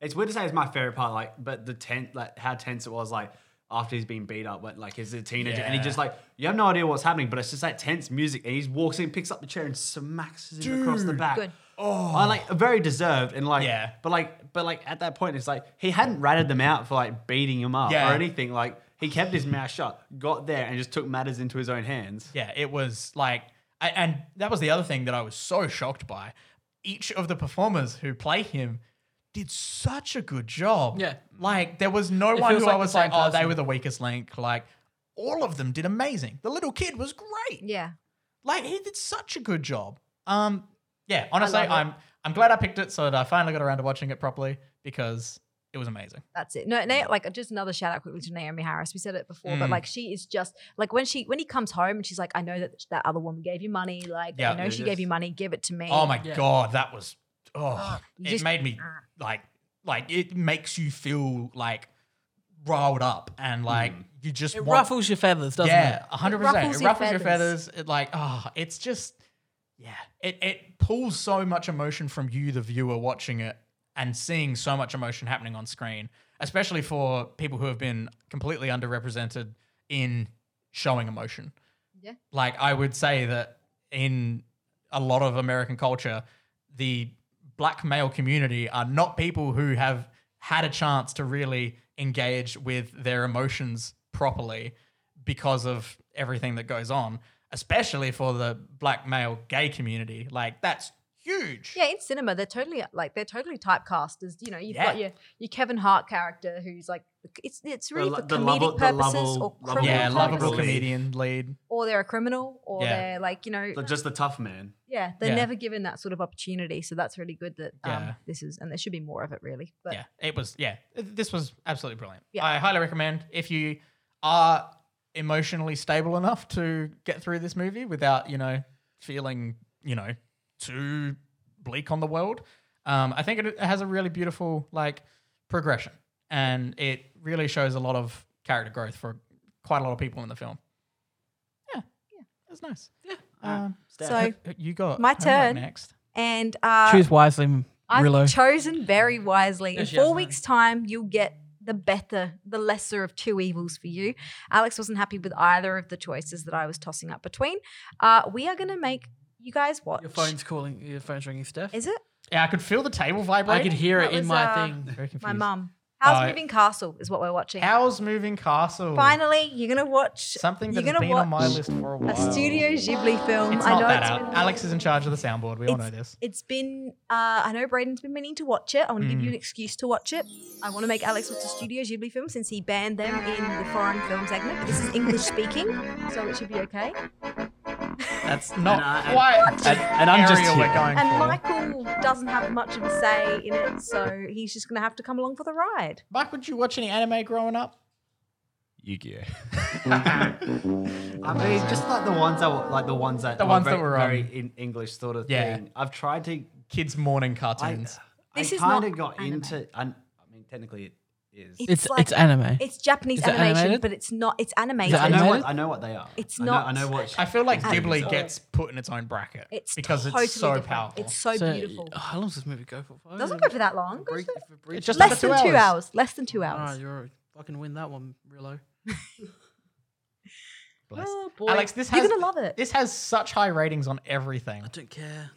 It's weird to say it's my favorite part, like, but the tense, like how tense it was, like after he's been beat up, but like he's a teenager, and he just like you have no idea what's happening, but it's just that tense music, and he walks in, picks up the chair, and smacks him across the back. Good. Oh, I like very deserved, and like Yeah. but like but like at that point, it's like he hadn't ratted them out for like beating him up Yeah. or anything. Like he kept his mouth shut, got there, and just took matters into his own hands. Yeah, it was like, I, and that was the other thing that I was so shocked by. Each of the performers who play him did such a good job. Yeah. Like, there was no one feels who like I the was like, same oh, they person." were the weakest link. Like, all of them did amazing. The little kid was great. Yeah. Like, he did such a good job. Um, yeah, honestly, love it. I'm I'm glad I picked it so that I finally got around to watching it properly because it was amazing. That's it. No, Na- like just another shout out quickly to Naomi Harris. We said it before, Mm. but like she is just like when she when he comes home and she's like, I know that that other woman gave you money. Like Yeah, I know it she is. gave you money. Give it to me. Oh my Yeah. Ah, god, that was oh, it just- made me like like it makes you feel like riled up and like you just It want, ruffles your feathers, doesn't yeah, it? hundred It percent. It ruffles ruffles, your your feathers. feathers. It like oh, it's just yeah, it it pulls so much emotion from you, the viewer watching it and seeing so much emotion happening on screen, especially for people who have been completely underrepresented in showing emotion Yeah. like I would say that in a lot of American culture, the black male community are not people who have had a chance to really engage with their emotions properly because of everything that goes on, especially for the black male gay community. Like that's huge. Yeah, in cinema, they're totally like they're totally typecast as you know. You've got Yeah. your your Kevin Hart character who's like it's it's really for lo- the comedic lovable- the purposes lovable- or lovable criminal Yeah, lovable purposes. comedian lead. or they're a criminal or Yeah. they're like you know So just the tough man. yeah they're Yeah. never given that sort of opportunity. So that's really good that um, Yeah. this is and there should be more of it really. But yeah, it was. Yeah, this was absolutely brilliant. Yeah. I highly recommend if you are emotionally stable enough to get through this movie without, you know, feeling, you know, too bleak on the world. Um, I think it it has a really beautiful like progression, and it really shows a lot of character growth for quite a lot of people in the film. Yeah, yeah, it was nice. Yeah. Um, so you got My homework turn. next. and uh, Choose wisely, I've Rillo. chosen very wisely. Yeah, In she four has weeks' time, you'll get the better, the lesser of two evils for you. Alex wasn't happy with either of the choices that I was tossing up between. Uh, we are going to make you guys watch. your phone's calling. Your phone's ringing, Steph. Is it? Yeah, I could feel the table I vibrating. could hear That it in was, my uh, thing. Very confused. My mum. How's Oh, Moving Castle is what we're watching. How's moving castle? Finally, you're going to watch Something you're that's been gonna on my watch list for a while. a Studio Ghibli film. It's I not know that it's out. been- Alex is in charge of the soundboard. We all know this. It's been, uh, I know Braden's been meaning to watch it. I want to Mm. give you an excuse to watch it. I want to make Alex watch a Studio Ghibli film since he banned them in the foreign film segment. But this [laughs] is English speaking, so it should be okay. That's not I- quite and- and I'm just area here. we're going And for. Michael doesn't have much of a say in it, so he's just going to have to come along for the ride. Mike, would you watch any anime growing up? Yu-Gi-Oh. I mean, just like the ones that, were- like the ones that, The were ones that very, were, very um, in English sort of yeah. thing. I've tried to. Kids morning I, cartoons. This I is kind not of got anime. into. I, I mean, technically, it is. It's like- it's anime. It's Japanese Is it animation, animated? but it's not. It's Is animated. it I know animated? what I know what they are. It's I know, not- I know [laughs] what. I feel like It's Ghibli different. gets put in its own bracket It's because totally it's so different. powerful. It's so, So, beautiful. oh, how long does this movie go for? It doesn't go for that long. Break- if it breaks- It's just Less under than two hours. two Oh, hours. Less than two Ah, hours. you're fucking win that one, Rillo. Oh, boy. Alex, this you're has- gonna love it. This has such high ratings on everything. I don't care.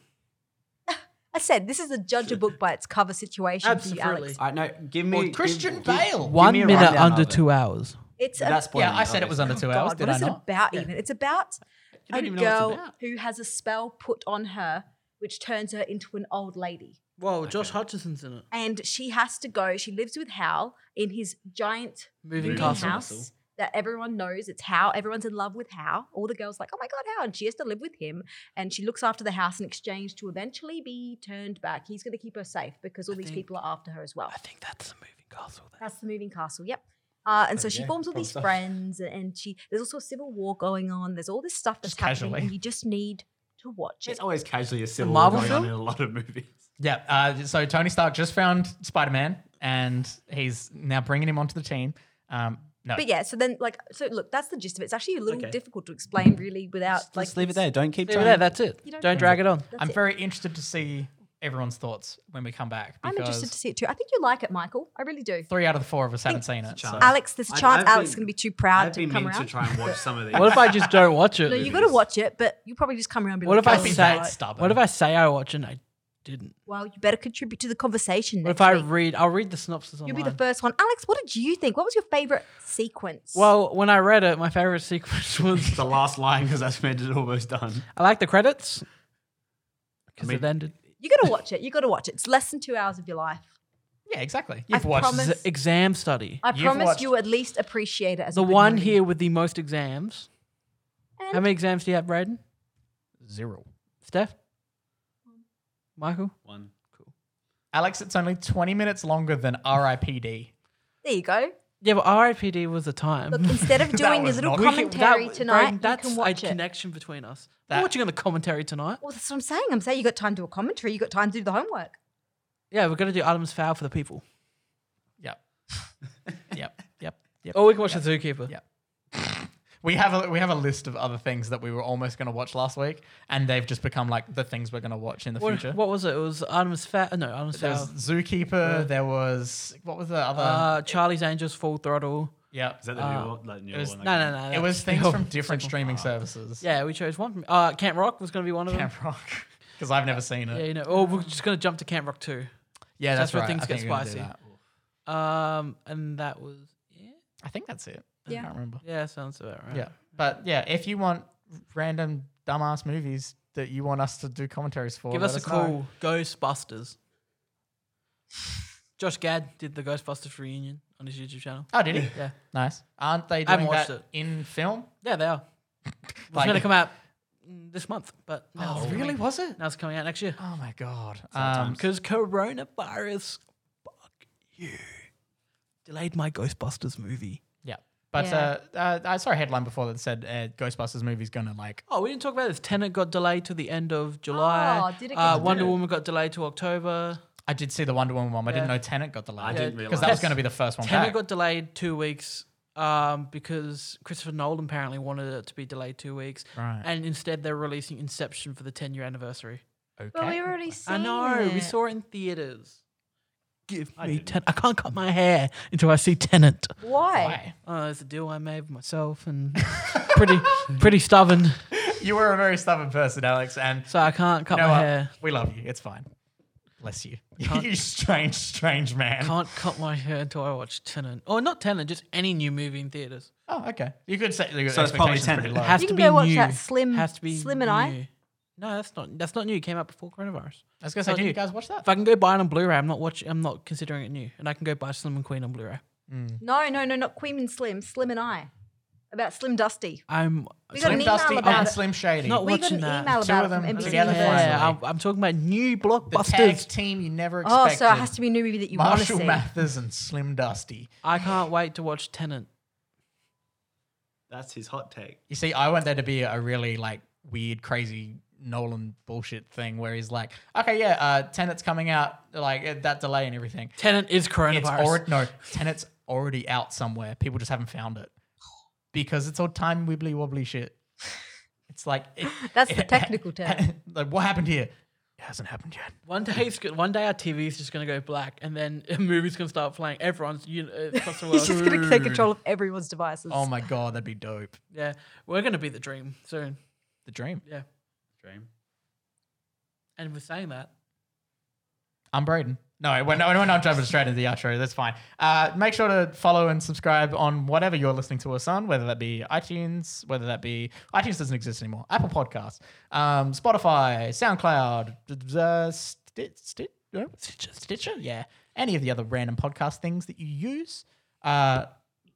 I said this is a judge a book by its cover situation for you, Absolutely. Alex. I know. Give Or me Christian give, Bale. One me a minute rundown under of it. two hours. It's But that's a, spoiling Yeah, I said it was under two hours. Oh God. Did What I is it not? about? Even it's about You a don't even know what it's girl about. who has a spell put on her, which turns her into an old lady. Whoa, Josh Hutcherson's in it. And she has to go. She lives with Hal in his giant Moving moving castle. house that everyone knows. It's Hal. Everyone's in love with Hal. All the girls like, oh my god, Hal, and she has to live with him. And she looks after the house in exchange to eventually be turned back. He's going to keep her safe because all these think- people are after her as well. I think that's a moving castle. Then. That's the moving castle. Yep. Uh, and so she forms all these friends, and she there's also a civil war going on. There's all this stuff that's Just happening, casually. and you just need to watch it. It's always casually a civil Marvel Marvel going on film? in a lot of movies. Yeah. Uh, so Tony Stark just found Spider Man, and he's now bringing him onto the team. Um, no, But yeah, so then like so look, that's the gist of it. It's actually a little difficult to explain really without like Don't keep Leave it there. That's it. You don't- [laughs] Don't drag it on. I'm very interested to see everyone's thoughts when we come back. I'm interested to see it too. I think you like it, Michael. I really do. Three out of the four of us haven't seen it. so- Alex, there's a chance I've Alex is been- going to be too proud I've to been come meaning around. to try and watch [laughs] some of these. What if I just don't watch it? no, you got to watch it, but you'll probably just come around. And be What if like, "Oh, I Don't be say that stubborn. What if I say I watch it and I didn't? Well, you better contribute to the conversation. What Next if I week. read? I'll read the synopsis online. You'll be the first one. Alex, what did you think? What was your favorite sequence? Well, when I read it, my favorite [laughs] [laughs] sequence was the last line because that's meant it almost done. I like the credits because mean- it ended. you got to watch it. You got to watch it. It's less than two hours of your life. yeah, exactly. I've You've watched promised- Z- exam study. I You've promise watched- you at least appreciate it as the a good one movie. here with the most exams. How And- many exams do you have, Braden? zero. Steph? Michael? One. Cool. Alex, it's only 20 minutes longer than RIPD. There you [laughs] go. Yeah, but RIPD was a time. [laughs] Look, instead of doing was his little not- We can- commentary That- tonight, Braden, that's you can watch a it. connection between us. That- We're watching on the commentary tonight. Well, that's what I'm saying. I'm saying you got time to do a commentary. You got time to do the homework. Yeah, we're gonna do Adam's Foul for the people. Yep. yep. Yep. Yep. Oh, we can watch the Zookeeper. Yeah. We have a we have a list of other things that we were almost going to watch last week, and they've just become like the things we're going to watch in the What, future. what was it? It was Adam's Foul. No, Adam's there Foul. was Zookeeper. there was what was the um, other? Uh, Charlie's Angels, Full Throttle. yeah, Is that the new, one- like, new Uh, it was- one? No, no, no. it that's was things still- from different streaming services. Yeah, we chose one. From, uh, Camp Rock was gonna be one of them. [laughs] Camp Rock, [laughs] because I've never seen Yeah, it. you know. Oh, we're just gonna jump to Camp Rock too. Yeah, that's, that's where right. things I think get we're gonna do spicy. that. Um, and that was yeah, I think that's it. I Yeah. can't remember. yeah, sounds about right. Yeah, but yeah, if you want random dumbass movies that you want us to do commentaries for, Give let us know. a call. Ghostbusters. Josh Gad did the Ghostbusters reunion on his YouTube channel. Oh, did he? Yeah. Nice. Aren't they I haven't doing watched that it. in film? Yeah, they are. It's Like- going to come out mm, this month, but now Oh, it's really? coming- Was it? Now it's coming out next year Oh my god. Um, because coronavirus. Fuck you. Delayed my Ghostbusters movie. yeah. But Yeah. Uh, uh, I saw a headline before that said uh, Ghostbusters movie's gonna like. Oh, we didn't talk about this. Tenet got delayed to the end of July. Oh, did it get uh, delayed? Wonder Woman got delayed to October. I did see the Wonder Woman one. but I didn't Yeah. know Tenet got the I light didn't because realize that was gonna be the first one. Tenet back. got delayed two weeks um, because Christopher Nolan apparently wanted it to be delayed two weeks. Right. And instead, they're releasing Inception for the 10 year anniversary. okay. But we already seen I know. It. We saw it in theaters. Give me ten. I can't cut my hair until I see Tenant. Why? Why? Oh, it's a deal I made with myself, and [laughs] pretty, pretty stubborn. You were a very stubborn person, Alex, and So I can't cut you know my what? hair. We love you. It's fine. Bless you. [laughs] you strange, strange man. Can't cut my hair until I watch Tenant, or not Tenant, just any new movie in theaters. Oh, okay. You could say your So it's probably expectations Tenet. pretty low. Has You to can be go watch new. that Slim- Mm. Slim and I. new. No, that's not that's not new. It came out before coronavirus. I was gonna say, Not did you new. guys watch that? If I can go buy it on Blu-ray, I'm not watching. I'm not considering it new, and I can go buy Slim and Queen on Blu-ray. No, no, no, not Queen and Slim. Slim and I. About Slim Dusty. I'm We got Slim an email Dusty about and it. Slim Shady. Not we got an watching that. email Two about of it them from NBC together Universal. finally. yeah, I'm, I'm talking about new the blockbusters. tag team you never Oh, expected. so it has to be a new movie that you want to Marshall see. Mathers and Slim Dusty. I can't wait to watch Tenant. That's his hot take. You see, I want there to be a really like weird, crazy Nolan bullshit thing where he's like, okay, yeah, uh, Tenet's coming out, like uh, that delay and everything. Tenant is It's coronavirus. already no, Tenet's already out somewhere. People just haven't found it because it's all time wibbly wobbly shit. It's like it- That's [laughs] [laughs] the technical term. like what happened here? It hasn't happened yet. one day, it's, go- one day our TV is just gonna go black, and then [laughs] a movie's gonna start playing. Everyone's you know, [laughs] across the He's world. just going to take control of everyone's devices. Oh my god, that'd be dope. yeah, we're gonna be the dream soon. The dream. Yeah, Dream. and we're saying that. I'm Braden. No, we're not, we're not jumping straight into the outro. That's fine. Uh, make sure to follow and subscribe on whatever you're listening to us on, whether that be iTunes, whether that be iTunes doesn't exist anymore, Apple Podcasts, um, Spotify, SoundCloud, uh, Sti- Sti- no? Stitcher, Stitcher, yeah, any of the other random podcast things that you use. Uh,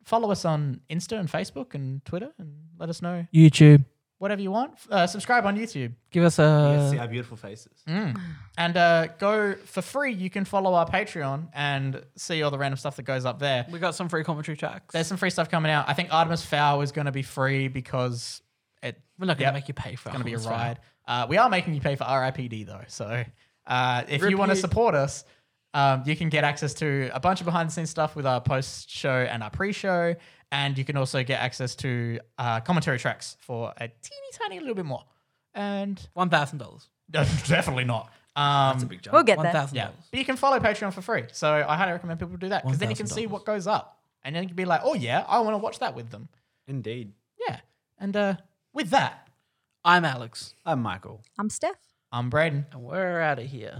follow us on Insta and Facebook and Twitter, and let us know YouTube, whatever you want. Uh, subscribe on YouTube. give us You a Uh, see our beautiful faces. hmm. And uh, go for free. You can follow our Patreon and see all the random stuff that goes up there. We got some free commentary tracks. There's some free stuff coming out. I think Artemis Fowl is going to be free because it's We're not gonna Yep. make you pay for. going to be a Artemis Fowl. ride. Uh, we are making you pay for RIPD though, so uh, if you Rip want to you. support us, um, you can get access to a bunch of behind the scenes stuff with our post show and our pre show, and you can also get access to uh, commentary tracks for a teeny tiny little bit more. And [laughs] One thousand dollars. no, definitely not. Um, big job. We'll get One there. thousand yeah, dollars. but you can follow Patreon for free. So I highly recommend people do that because then you can see $1,000. what goes up, and then you can be like, oh yeah, I want to watch that with them. Indeed. Yeah, and uh, with that, I'm Alex, I'm Michael. I'm Steph. I'm Braden. and we're out of here.